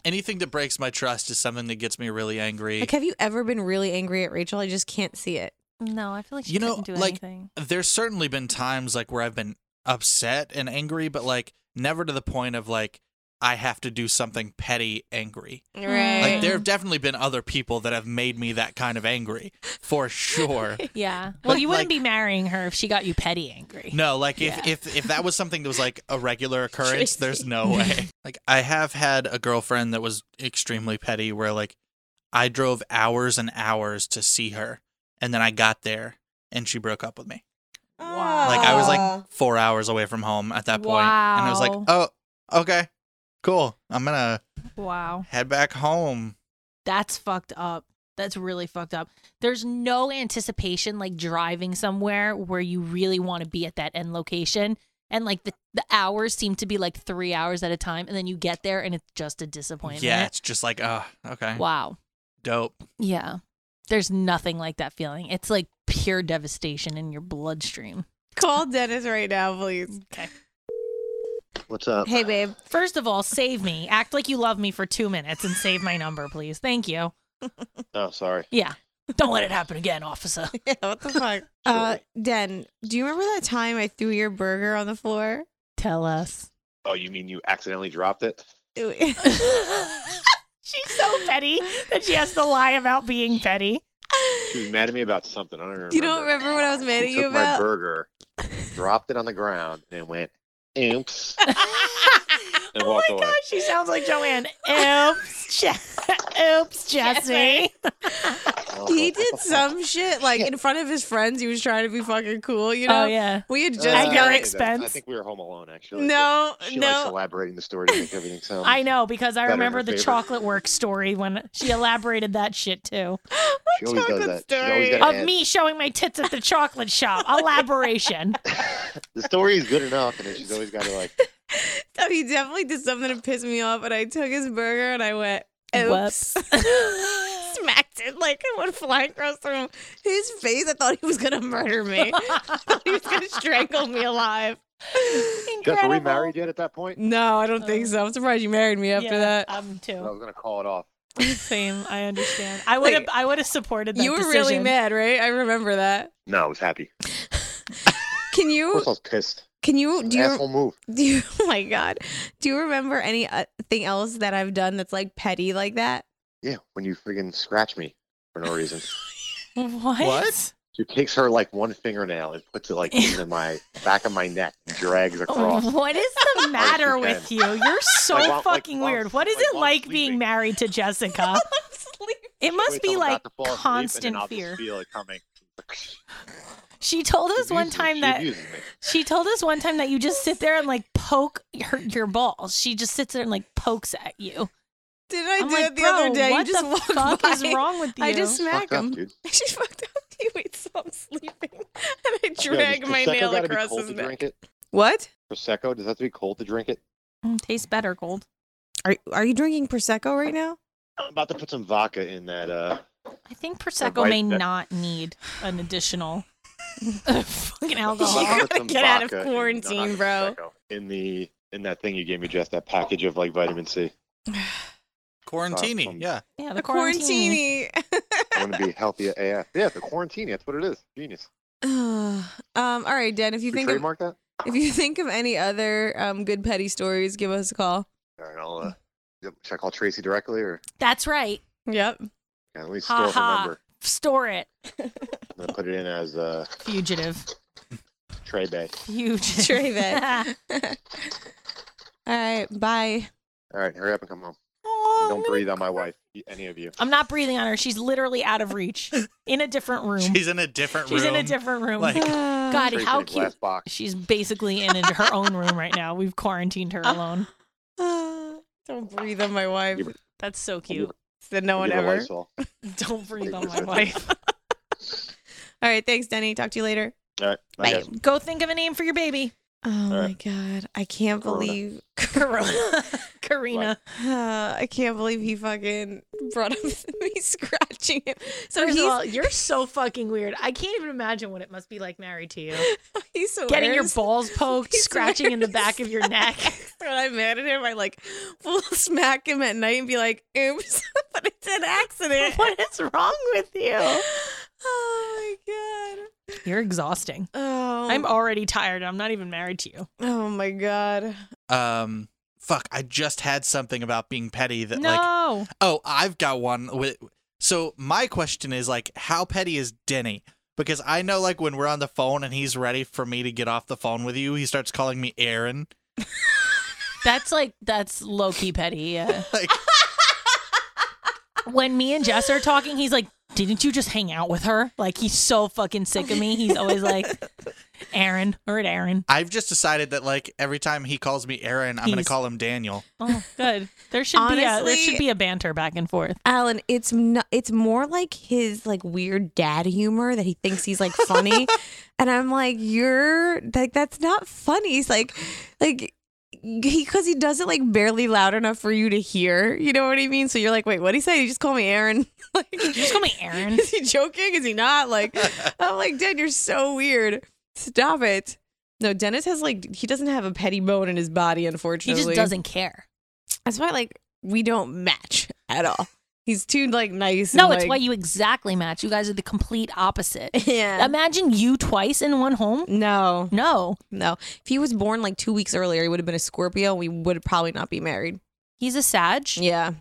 Speaker 4: anything that breaks my trust is something that gets me really angry.
Speaker 3: Like, have you ever been really angry at Rachel? I just can't see it.
Speaker 2: No, I feel like she
Speaker 4: You know,
Speaker 2: couldn't do
Speaker 4: like,
Speaker 2: anything.
Speaker 4: There's certainly been times like where I've been upset and angry, but like never to the point of like I have to do something petty angry.
Speaker 2: Right.
Speaker 4: Like there have definitely been other people that have made me that kind of angry for sure.
Speaker 2: Yeah. Well,
Speaker 4: But,
Speaker 2: you wouldn't
Speaker 4: like-
Speaker 2: be marrying her if she got you petty angry.
Speaker 4: No, like if,
Speaker 2: Yeah.
Speaker 4: if if that was something that was like a regular occurrence, there's no way. Like I have had a girlfriend that was extremely petty where like I drove hours and hours to see her and then I got there and she broke up with me.
Speaker 2: Wow.
Speaker 4: Like I was
Speaker 5: Aw.
Speaker 4: like 4 hours away from home at that point, and I was like, "Oh, okay. Cool. I'm going to
Speaker 2: Wow.
Speaker 4: head back home."
Speaker 2: That's fucked up. That's really fucked up. There's no anticipation like driving somewhere where you really want to be at that end location. And like the, the hours seem to be like three hours at a time. And then you get there and it's just a disappointment.
Speaker 4: Yeah, it's just like, "Oh, okay.
Speaker 2: Wow.
Speaker 4: Dope."
Speaker 2: Yeah. There's nothing like that feeling. It's like pure devastation in your bloodstream.
Speaker 3: Call Dennis right now, please.
Speaker 2: Okay.
Speaker 6: What's up?
Speaker 3: Hey, babe.
Speaker 2: First of all, save me. Act like you love me for two minutes and save my number, please. Thank you.
Speaker 6: Oh, sorry.
Speaker 2: Yeah. Don't let it happen again, officer.
Speaker 3: Yeah, what the fuck? Uh, Den, do you remember that time I threw your burger on the floor?
Speaker 2: Tell us.
Speaker 6: Oh, you mean you accidentally dropped it?
Speaker 3: Ew.
Speaker 2: She's so petty that she has to lie about being petty.
Speaker 6: She was mad at me about something. I don't remember.
Speaker 3: you don't remember what I was mad at
Speaker 6: she
Speaker 3: you
Speaker 6: took
Speaker 3: about?
Speaker 6: my burger, dropped it on the ground, and went, "Oops."
Speaker 2: oh
Speaker 6: And walked
Speaker 2: my
Speaker 6: away.
Speaker 2: gosh, she sounds like Joanne. Oops, Je- oops, Jesse.
Speaker 6: Oh,
Speaker 3: he did some shit like in front of his friends. He was trying to be fucking cool, you know.
Speaker 2: Oh yeah.
Speaker 3: We had just
Speaker 6: Uh,
Speaker 2: At your
Speaker 6: I
Speaker 3: gotten-
Speaker 6: think that- I
Speaker 2: expense?
Speaker 6: think we were home alone, actually.
Speaker 3: no,
Speaker 6: She likes
Speaker 3: no.
Speaker 6: elaborating the story to make everything sound.
Speaker 2: I know because I
Speaker 6: Better in
Speaker 2: remember
Speaker 6: her
Speaker 2: the
Speaker 6: favor.
Speaker 2: chocolate work story when she elaborated that shit too.
Speaker 6: She always does
Speaker 3: chocolate
Speaker 6: that. She always
Speaker 3: story.
Speaker 6: gotta
Speaker 2: Of
Speaker 6: add-
Speaker 2: me showing my tits at the chocolate shop. Elaboration.
Speaker 6: The story is good enough, and then she's always got to like.
Speaker 3: Oh, So he definitely did something to piss me off, and I took his burger and I went. Oops. Smacked it like it went flying across the room. His face, I thought he was gonna murder me. I thought he was gonna strangle me alive.
Speaker 6: Jess, were we married yet at that point?
Speaker 3: No, I don't
Speaker 2: Uh,
Speaker 3: think so. I'm surprised you married me after that.
Speaker 2: I'm
Speaker 6: I was
Speaker 2: um, too.
Speaker 6: going to call it off.
Speaker 2: Same. I understand. I would have.
Speaker 3: Like,
Speaker 2: I would have supported that.
Speaker 3: you were really
Speaker 2: decision.
Speaker 3: mad, right? I remember that.
Speaker 6: No, I was happy.
Speaker 3: Can
Speaker 6: Of
Speaker 3: you
Speaker 6: course, I was pissed.
Speaker 3: can you do you
Speaker 6: Asshole move.
Speaker 3: Do you, oh my God. Do you remember anything else that I've done that's like petty like that?
Speaker 6: Yeah, when you friggin' scratch me for no reason.
Speaker 2: What?
Speaker 4: What?
Speaker 6: She takes her like one fingernail and puts it like into my back of my neck and drags
Speaker 3: Oh,
Speaker 6: across.
Speaker 2: What is the matter with you? You're so
Speaker 6: Like while- like
Speaker 2: fucking
Speaker 6: while-
Speaker 2: weird. What is
Speaker 6: like
Speaker 2: it
Speaker 6: while
Speaker 2: like being
Speaker 6: sleeping.
Speaker 2: married to Jessica? It must
Speaker 6: Wait till
Speaker 2: be
Speaker 6: I'm
Speaker 2: like
Speaker 6: about to fall asleep, and then
Speaker 2: constant
Speaker 6: I'll just
Speaker 2: fear.
Speaker 6: feel it coming.
Speaker 2: She told us
Speaker 6: She
Speaker 2: one
Speaker 6: abuses-
Speaker 2: time
Speaker 6: she
Speaker 2: that
Speaker 6: abuses me.
Speaker 2: she told us one time that you just sit there and like poke her, your balls. She just sits there and like pokes at you.
Speaker 3: Did I
Speaker 2: I'm
Speaker 3: do
Speaker 2: like,
Speaker 3: it the
Speaker 2: Bro,
Speaker 3: other day?
Speaker 2: What
Speaker 3: you just
Speaker 2: the fuck
Speaker 3: walked by.
Speaker 2: is wrong with you?
Speaker 3: I just smack
Speaker 6: Fucked up,
Speaker 3: him.
Speaker 6: dude.
Speaker 3: she fucked up. He waits so I'm sleeping. And I
Speaker 6: Yeah,
Speaker 3: drag
Speaker 6: does
Speaker 3: my
Speaker 6: Prosecco
Speaker 3: nail
Speaker 6: gotta be
Speaker 3: across
Speaker 6: cold
Speaker 3: his
Speaker 6: to
Speaker 3: neck.
Speaker 6: Drink it?
Speaker 3: What?
Speaker 6: Prosecco, does that have to be cold to drink it?
Speaker 2: Mm, tastes better gold.
Speaker 3: Are are you drinking prosecco right now?
Speaker 6: I'm about to put some vodka in that. Uh,
Speaker 2: I think prosecco may
Speaker 6: vice versa.
Speaker 2: not need an additional fucking
Speaker 6: I'm about
Speaker 2: alcohol.
Speaker 6: to
Speaker 3: gotta
Speaker 6: put some
Speaker 3: get out of
Speaker 6: vodka in- no, not
Speaker 3: quarantine,
Speaker 6: in
Speaker 3: bro.
Speaker 6: Prosecco, In the in that thing you gave me, Jess, that package of like vitamin C.
Speaker 4: Quarantini,
Speaker 6: Um,
Speaker 4: yeah.
Speaker 2: Yeah,
Speaker 3: A
Speaker 2: the quarantine.
Speaker 6: I want to be healthy AF. Yeah, the quarantine. That's what it is. Genius.
Speaker 3: um. All right, Dan. If you
Speaker 6: Should we
Speaker 3: think of,
Speaker 6: trademark that?
Speaker 3: if you think of any other um good petty stories, give us a call.
Speaker 6: All right, I'll. Uh, yep, should I call Tracy directly or
Speaker 2: That's right.
Speaker 3: Yep.
Speaker 6: yeah, at least
Speaker 2: Ha
Speaker 6: store her
Speaker 2: ha.
Speaker 6: number?
Speaker 2: Store it.
Speaker 6: I'm gonna put it in as uh,
Speaker 2: Fugitive.
Speaker 6: Trey Bay.
Speaker 2: Fugitive.
Speaker 3: Trey Bay. All right. Bye.
Speaker 6: All right, hurry up and come home.
Speaker 2: Oh,
Speaker 6: Don't
Speaker 2: no.
Speaker 6: breathe on my wife. y- Any of you.
Speaker 2: I'm not breathing on her. She's literally out of reach in a different room.
Speaker 4: She's in a different
Speaker 2: She's
Speaker 4: room.
Speaker 2: in a different room.
Speaker 4: Like-
Speaker 2: God,
Speaker 6: Tracy
Speaker 2: how
Speaker 6: in a glass
Speaker 2: cute.
Speaker 6: box.
Speaker 2: She's basically in a- her own room right now. We've quarantined her alone.
Speaker 3: Don't breathe on my wife.
Speaker 6: Give her-
Speaker 2: That's so cute.
Speaker 3: Said no one
Speaker 6: Give her
Speaker 3: ever. All
Speaker 6: Lysol.
Speaker 2: Don't breathe on my
Speaker 6: Give her-
Speaker 2: wife.
Speaker 3: right, thanks, Denny. Talk to you later.
Speaker 6: All right, bye, guys.
Speaker 2: Go think of a name for your baby.
Speaker 3: Oh my
Speaker 6: right.
Speaker 3: god, I can't
Speaker 6: Corona.
Speaker 3: believe
Speaker 2: Corona. Karina.
Speaker 3: uh, I can't believe he fucking brought up me scratching him. So
Speaker 2: First
Speaker 3: he's
Speaker 2: of all, you're so fucking weird. I can't even imagine what it must be like married to you.
Speaker 3: he swears.
Speaker 2: Getting your balls poked,
Speaker 3: he
Speaker 2: scratching in the back of your neck.
Speaker 3: when I'm mad at him, I like will smack him at night and be like, "Oops, but it's an accident."
Speaker 2: what is wrong with you?
Speaker 3: Oh my god.
Speaker 2: You're exhausting.
Speaker 3: Oh,
Speaker 2: I'm already tired. I'm not even married to you.
Speaker 3: oh my god.
Speaker 4: um, fuck, I just had something about being petty that like
Speaker 2: no.
Speaker 4: Oh, I've got one. with- So my question is like, how petty is Denny? Because I know like when we're on the phone and he's ready for me to get off the phone with you, he starts calling me Aaron.
Speaker 2: That's like that's low key petty. Yeah.
Speaker 4: Like,
Speaker 2: when me and Jess are talking, he's like, "Didn't you just hang out with her?" Like he's so fucking sick of me. He's always like, "Aaron, or at Aaron."
Speaker 4: I've just decided that like every time he calls me Aaron, I'm gonna
Speaker 2: He's-
Speaker 4: call him Daniel.
Speaker 2: Oh, good. There should be a there
Speaker 3: Honestly-
Speaker 2: should be a banter back and forth.
Speaker 3: Alan, it's not, it's more like his like weird dad humor that he thinks he's like funny, and I'm like, you're like that's not funny. He's like, like he because he does it like barely loud enough for you to hear. You know what I mean? So you're like, wait, what did he say? He just called me Aaron. like,
Speaker 2: You just call me Aaron.
Speaker 3: is he joking? Is he not? Like, I'm like, Dad, you're so weird. Stop it. No, Dennis has like he doesn't have a petty bone in his body,
Speaker 2: He
Speaker 3: unfortunately.
Speaker 2: just doesn't care.
Speaker 3: That's why like we don't match at all. He's too like nice.
Speaker 2: No,
Speaker 3: and,
Speaker 2: it's
Speaker 3: like-
Speaker 2: why you exactly match. You guys are the complete opposite.
Speaker 3: Yeah.
Speaker 2: Imagine you twice in one home.
Speaker 3: no,
Speaker 2: No,
Speaker 3: no. If he was born like two weeks earlier, he would have been a Scorpio. We would probably not be married.
Speaker 2: he's a Sag.
Speaker 3: Yeah.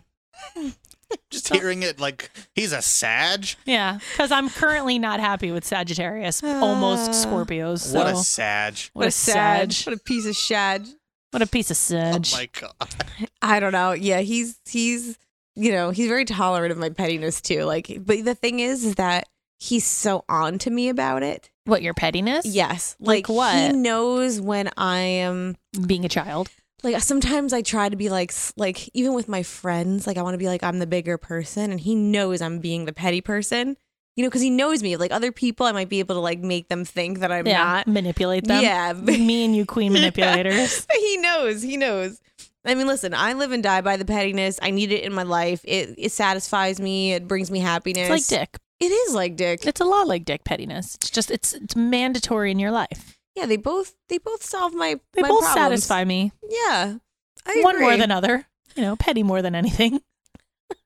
Speaker 4: Just hearing it like he's a Sag.
Speaker 2: Yeah, because I'm currently not happy with Sagittarius, almost Scorpios. So
Speaker 4: What a Sag.
Speaker 2: what a Sag.
Speaker 3: What a piece of shad.
Speaker 2: What a piece of
Speaker 4: Oh
Speaker 2: Sag.
Speaker 4: my god.
Speaker 3: I don't know. Yeah, he's he's you know he's very tolerant of my pettiness too. Like, but the thing is, is that he's so on to me about it.
Speaker 2: what your pettiness?
Speaker 3: Yes,
Speaker 2: Like
Speaker 3: He
Speaker 2: what?
Speaker 3: knows when I am
Speaker 2: being a child.
Speaker 3: like sometimes I try to be like s- like even with my friends, like I want to be like I'm the bigger person, and he knows I'm being the petty person, you know, because he knows me. Like other people, I might be able to like make them think that I'm
Speaker 2: yeah,
Speaker 3: not.
Speaker 2: manipulate them.
Speaker 3: Yeah, but-
Speaker 2: me and you, queen manipulators.
Speaker 3: but he knows, he knows. I mean, listen, I live and die by the pettiness. I need it in my life. It it satisfies me. It brings me happiness.
Speaker 2: It's like dick.
Speaker 3: It is like dick.
Speaker 2: It's a lot like dick pettiness. It's just it's it's mandatory in your life.
Speaker 3: yeah, they both they both solve my
Speaker 2: They
Speaker 3: my
Speaker 2: both
Speaker 3: problems.
Speaker 2: satisfy me.
Speaker 3: Yeah, I
Speaker 2: One more
Speaker 3: agree.
Speaker 2: than other. You know, petty more than anything.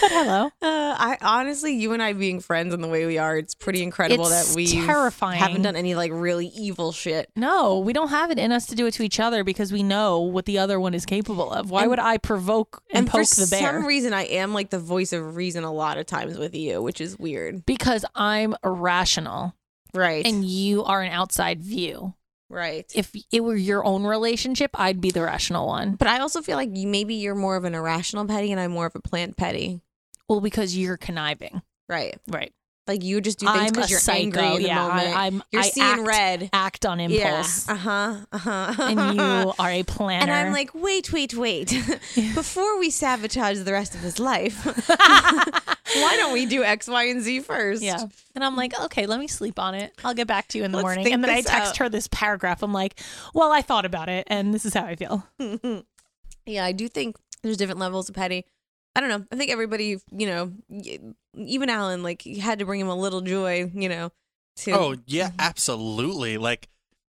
Speaker 2: but hello.
Speaker 3: Uh, I honestly, you and I being friends and the way we are, it's pretty incredible
Speaker 2: It's
Speaker 3: that we
Speaker 2: terrifying.
Speaker 3: haven't done any like really evil shit.
Speaker 2: No, we don't have it in us to do it to each other because we know what the other one is capable of. Why
Speaker 3: And-
Speaker 2: would I provoke and,
Speaker 3: for
Speaker 2: poke the bear?
Speaker 3: some reason, I am like the voice of reason a lot of times with you, which is weird.
Speaker 2: because I'm irrational
Speaker 3: Right.
Speaker 2: and you are an outside view.
Speaker 3: right.
Speaker 2: If it were your own relationship, I'd be the rational one.
Speaker 3: But I also feel like you, maybe you're more of an irrational petty and I'm more of a plant petty.
Speaker 2: Well, because you're conniving.
Speaker 3: Right.
Speaker 2: Right.
Speaker 3: Like you just do things
Speaker 2: I'm a
Speaker 3: because you're
Speaker 2: psycho.
Speaker 3: angry in the
Speaker 2: yeah,
Speaker 3: moment.
Speaker 2: I, am
Speaker 3: you're
Speaker 2: I
Speaker 3: seeing
Speaker 2: act,
Speaker 3: red.
Speaker 2: Act on impulse.
Speaker 3: Yeah. Uh-huh. Uh-huh.
Speaker 2: and you are a planner.
Speaker 3: And I'm like, wait, wait, wait. Before we sabotage the rest of his life, why don't we do X, Y, and Z first?
Speaker 2: Yeah. And I'm like, okay, let me sleep on it. I'll get back to you in the
Speaker 3: Let's
Speaker 2: morning.
Speaker 3: think
Speaker 2: And then I
Speaker 3: this
Speaker 2: text
Speaker 3: out.
Speaker 2: her this paragraph. I'm like, well, I thought about it and this is how I feel.
Speaker 3: Yeah, I do think there's different levels of petty. I don't know. I think everybody, you know, y- even Alan, like, you had to bring him a little joy, you know, to.
Speaker 4: Oh yeah,
Speaker 2: Mm-hmm.
Speaker 4: absolutely. Like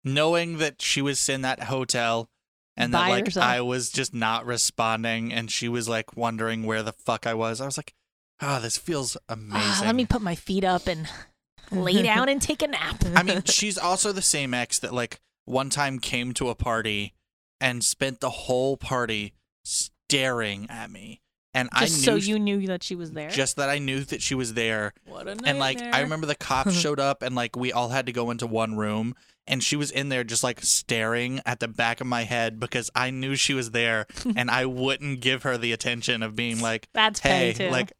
Speaker 4: knowing that she was in that hotel and that
Speaker 2: By
Speaker 4: like
Speaker 2: herself.
Speaker 4: I was just not responding and she was like wondering where the fuck I was. I was like, "Oh, this feels amazing."
Speaker 2: Ah, let me put my feet up and lay down and take a nap.
Speaker 4: I mean, she's also the same ex that like one time came to a party and spent the whole party staring at me. And I knew
Speaker 2: Just so you knew that she was there.
Speaker 4: just that I knew that she was there
Speaker 2: what a
Speaker 4: and like I remember the cops showed up and like we all had to go into one room and she was in there just like staring at the back of my head because I knew she was there and I wouldn't give her the attention of being like
Speaker 2: That's
Speaker 4: hey
Speaker 2: petty too.
Speaker 4: like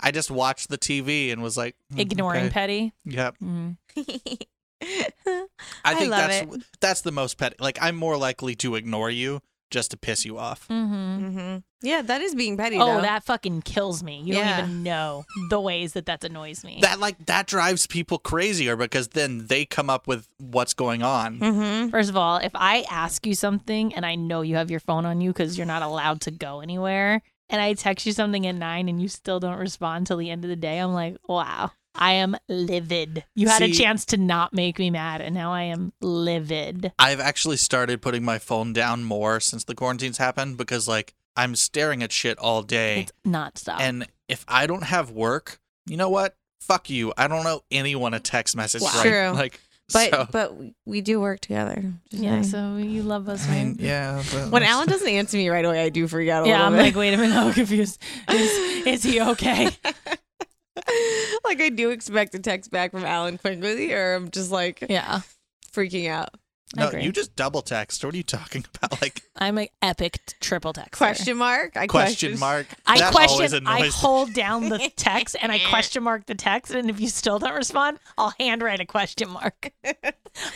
Speaker 4: I just watched the TV and was like "Mm,
Speaker 2: ignoring
Speaker 4: okay."
Speaker 2: petty.
Speaker 4: Yep.
Speaker 2: Mm.
Speaker 4: I
Speaker 3: I
Speaker 4: think
Speaker 3: love
Speaker 4: that's that's the most petty. Like I'm more likely to ignore you just to piss you off.
Speaker 2: hmm
Speaker 3: hmm Yeah, that is being petty.
Speaker 2: Oh,
Speaker 3: though.
Speaker 2: that fucking kills me. You
Speaker 3: Yeah.
Speaker 2: don't even know the ways that that annoys me.
Speaker 4: That like that drives people crazier because then they come up with what's going on.
Speaker 3: Mm-hmm.
Speaker 2: First of all, if I ask you something and I know you have your phone on you because you're not allowed to go anywhere, and I text you something at nine and you still don't respond till the end of the day, I'm like, wow, I am livid. You had a
Speaker 4: See-
Speaker 2: chance to not make me mad, and now I am livid.
Speaker 4: I've actually started putting my phone down more since the quarantines happened because like I'm staring at shit all day
Speaker 2: It's not stop.
Speaker 4: and if I don't have work, you know what? Fuck you. I don't know anyone a text message
Speaker 3: Wow.
Speaker 4: right.
Speaker 3: True.
Speaker 4: Like
Speaker 3: But
Speaker 4: so,
Speaker 3: but we- we do work together. Just
Speaker 2: yeah,
Speaker 3: saying.
Speaker 2: so you love us,
Speaker 4: I
Speaker 2: right?
Speaker 4: mean, yeah. but-
Speaker 3: when Alan doesn't answer me right away, I do freak out a
Speaker 2: yeah, I'm
Speaker 3: little
Speaker 2: like,
Speaker 3: bit.
Speaker 2: wait a minute, I'm confused. Is, is he okay?
Speaker 3: like I do expect a text back from Alan quickly, or I'm just like
Speaker 2: Yeah,
Speaker 3: freaking out.
Speaker 4: no,
Speaker 2: agree.
Speaker 4: you just double text. What are you talking about? Like
Speaker 2: I'm an epic t- triple text.
Speaker 3: Question mark? I
Speaker 4: question mark.
Speaker 2: I
Speaker 4: That always
Speaker 2: question. I
Speaker 4: annoys
Speaker 2: hold down the text and I question mark the text, and if you still don't respond, I'll handwrite a question mark.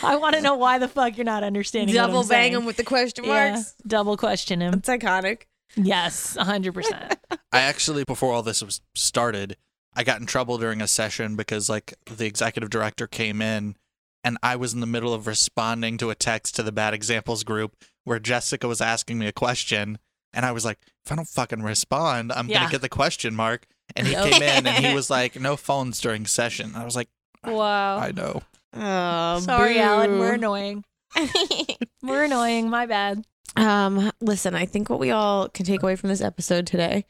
Speaker 2: I want to know why the fuck you're not understanding. what
Speaker 3: Double
Speaker 2: I'm
Speaker 3: bang
Speaker 2: saying.
Speaker 3: him with the question
Speaker 2: Yeah,
Speaker 3: marks.
Speaker 2: double question him.
Speaker 3: It's iconic.
Speaker 2: Yes, hundred percent.
Speaker 4: I actually, before all this was started, I got in trouble during a session because like the executive director came in and I was in the middle of responding to a text to the bad examples group where Jessica was asking me a question. And I was like, if I don't fucking respond, I'm
Speaker 2: Yeah.
Speaker 4: gonna get the question mark. And he
Speaker 2: Nope.
Speaker 4: came in and he was like, no phones during session. I was like,
Speaker 2: Wow.
Speaker 4: I know.
Speaker 3: Oh,
Speaker 2: Sorry, Alan. We're
Speaker 3: no.
Speaker 2: annoying. We're annoying. My bad.
Speaker 3: um, listen, I think what we all can take away from this episode today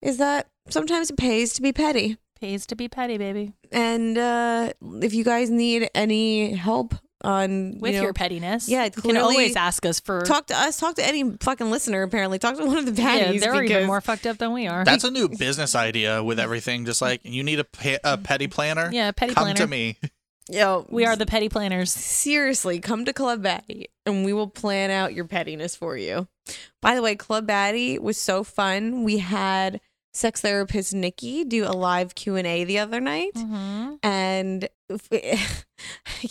Speaker 3: is that sometimes it pays to be petty.
Speaker 2: Pays to be petty, baby.
Speaker 3: And uh, if you guys need any help on
Speaker 2: With
Speaker 3: you know,
Speaker 2: your pettiness,
Speaker 3: yeah,
Speaker 2: you can always
Speaker 3: clearly-
Speaker 2: ask us for.
Speaker 3: talk to us, talk to any fucking listener. Apparently, talk to one of the
Speaker 2: yeah,
Speaker 3: baddies.
Speaker 2: they're even
Speaker 3: because-
Speaker 2: more fucked up than we are.
Speaker 4: That's a new business idea with everything. Just like you need a, pe- a petty planner.
Speaker 2: yeah, petty
Speaker 4: Come
Speaker 2: planner.
Speaker 4: to me.
Speaker 3: Yo,
Speaker 2: We are the petty planners.
Speaker 3: seriously come to Club Baddie and we will plan out your pettiness for you. By the way, Club Baddie was so fun. We had sex therapist Nikki do a live Q and A the other night,
Speaker 2: Mm-hmm.
Speaker 3: and if-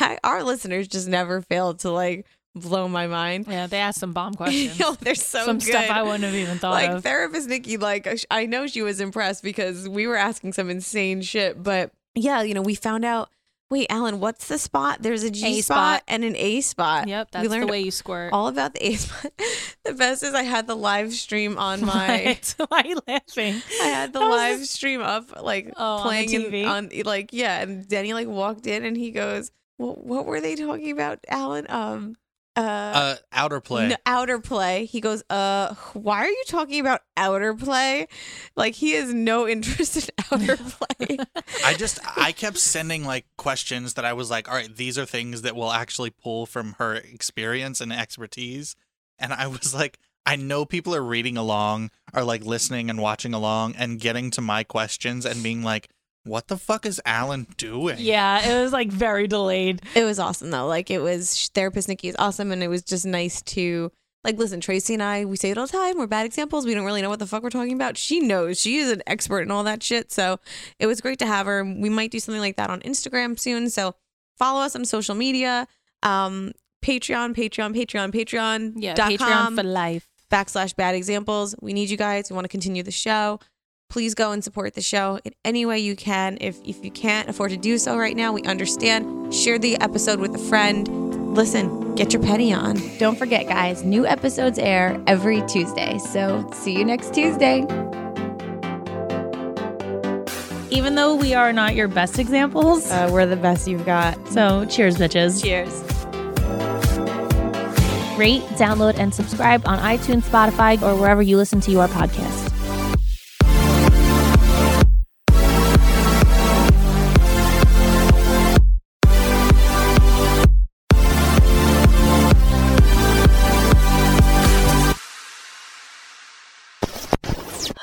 Speaker 3: I- our listeners just never fail to like blow my mind.
Speaker 2: Yeah, they asked some bomb questions.
Speaker 3: Yo, they're so
Speaker 2: some
Speaker 3: good.
Speaker 2: stuff I wouldn't have even thought
Speaker 3: like
Speaker 2: of.
Speaker 3: therapist Nikki, like sh- I know she was impressed because we were asking some insane shit, but yeah, you know, we found out Wait, Alan, what's the spot? There's a G
Speaker 2: A
Speaker 3: spot,
Speaker 2: spot.
Speaker 3: and an A spot.
Speaker 2: Yep,
Speaker 3: We
Speaker 2: that's the
Speaker 3: learned
Speaker 2: way you squirt.
Speaker 3: all about the A spot. the best is I had the live stream on my.
Speaker 2: Why are you laughing?
Speaker 3: I had the
Speaker 2: That was
Speaker 3: live
Speaker 2: just-
Speaker 3: stream up, like
Speaker 2: Oh, on the
Speaker 3: playing in-
Speaker 2: TV?
Speaker 3: on like yeah. And Denny like walked in, and he goes, "Well, what were they talking about, Alan? Um, uh,
Speaker 4: Uh, outer play.
Speaker 3: No, outer play. He goes, uh, why are you talking about outer play? Like he has no interest in outer play.
Speaker 4: I just I kept sending like questions that I was like, all right, these are things that will actually pull from her experience and expertise. And I was like, I know people are reading along, are like listening and watching along and getting to my questions and being like, what the fuck is Alan doing?
Speaker 2: Yeah, it was like very delayed.
Speaker 3: it was awesome though. Like it was therapist Nikki is awesome, and it was just nice to like listen. Tracy and I we say it all the time. We're bad examples. We don't really know what the fuck we're talking about. She knows. She is an expert in all that shit. So it was great to have her. We might do something like that on Instagram soon. So follow us on social media. Um, Patreon, Patreon, Patreon, Patreon.
Speaker 2: Yeah,
Speaker 3: dot
Speaker 2: Patreon
Speaker 3: com.
Speaker 2: for life.
Speaker 3: backslash bad examples. We need you guys. We want to continue the show. Please go and support the show in any way you can. If if you can't afford to do so right now, we understand. Share the episode with a friend. Listen, get your penny on.
Speaker 5: Don't forget, guys, new episodes air every Tuesday. So see you next Tuesday.
Speaker 2: Even though we are not your best examples,
Speaker 5: Uh, we're the best you've got.
Speaker 2: so cheers, bitches.
Speaker 3: Cheers.
Speaker 2: Rate, download, and subscribe on iTunes, Spotify, or wherever you listen to your podcast.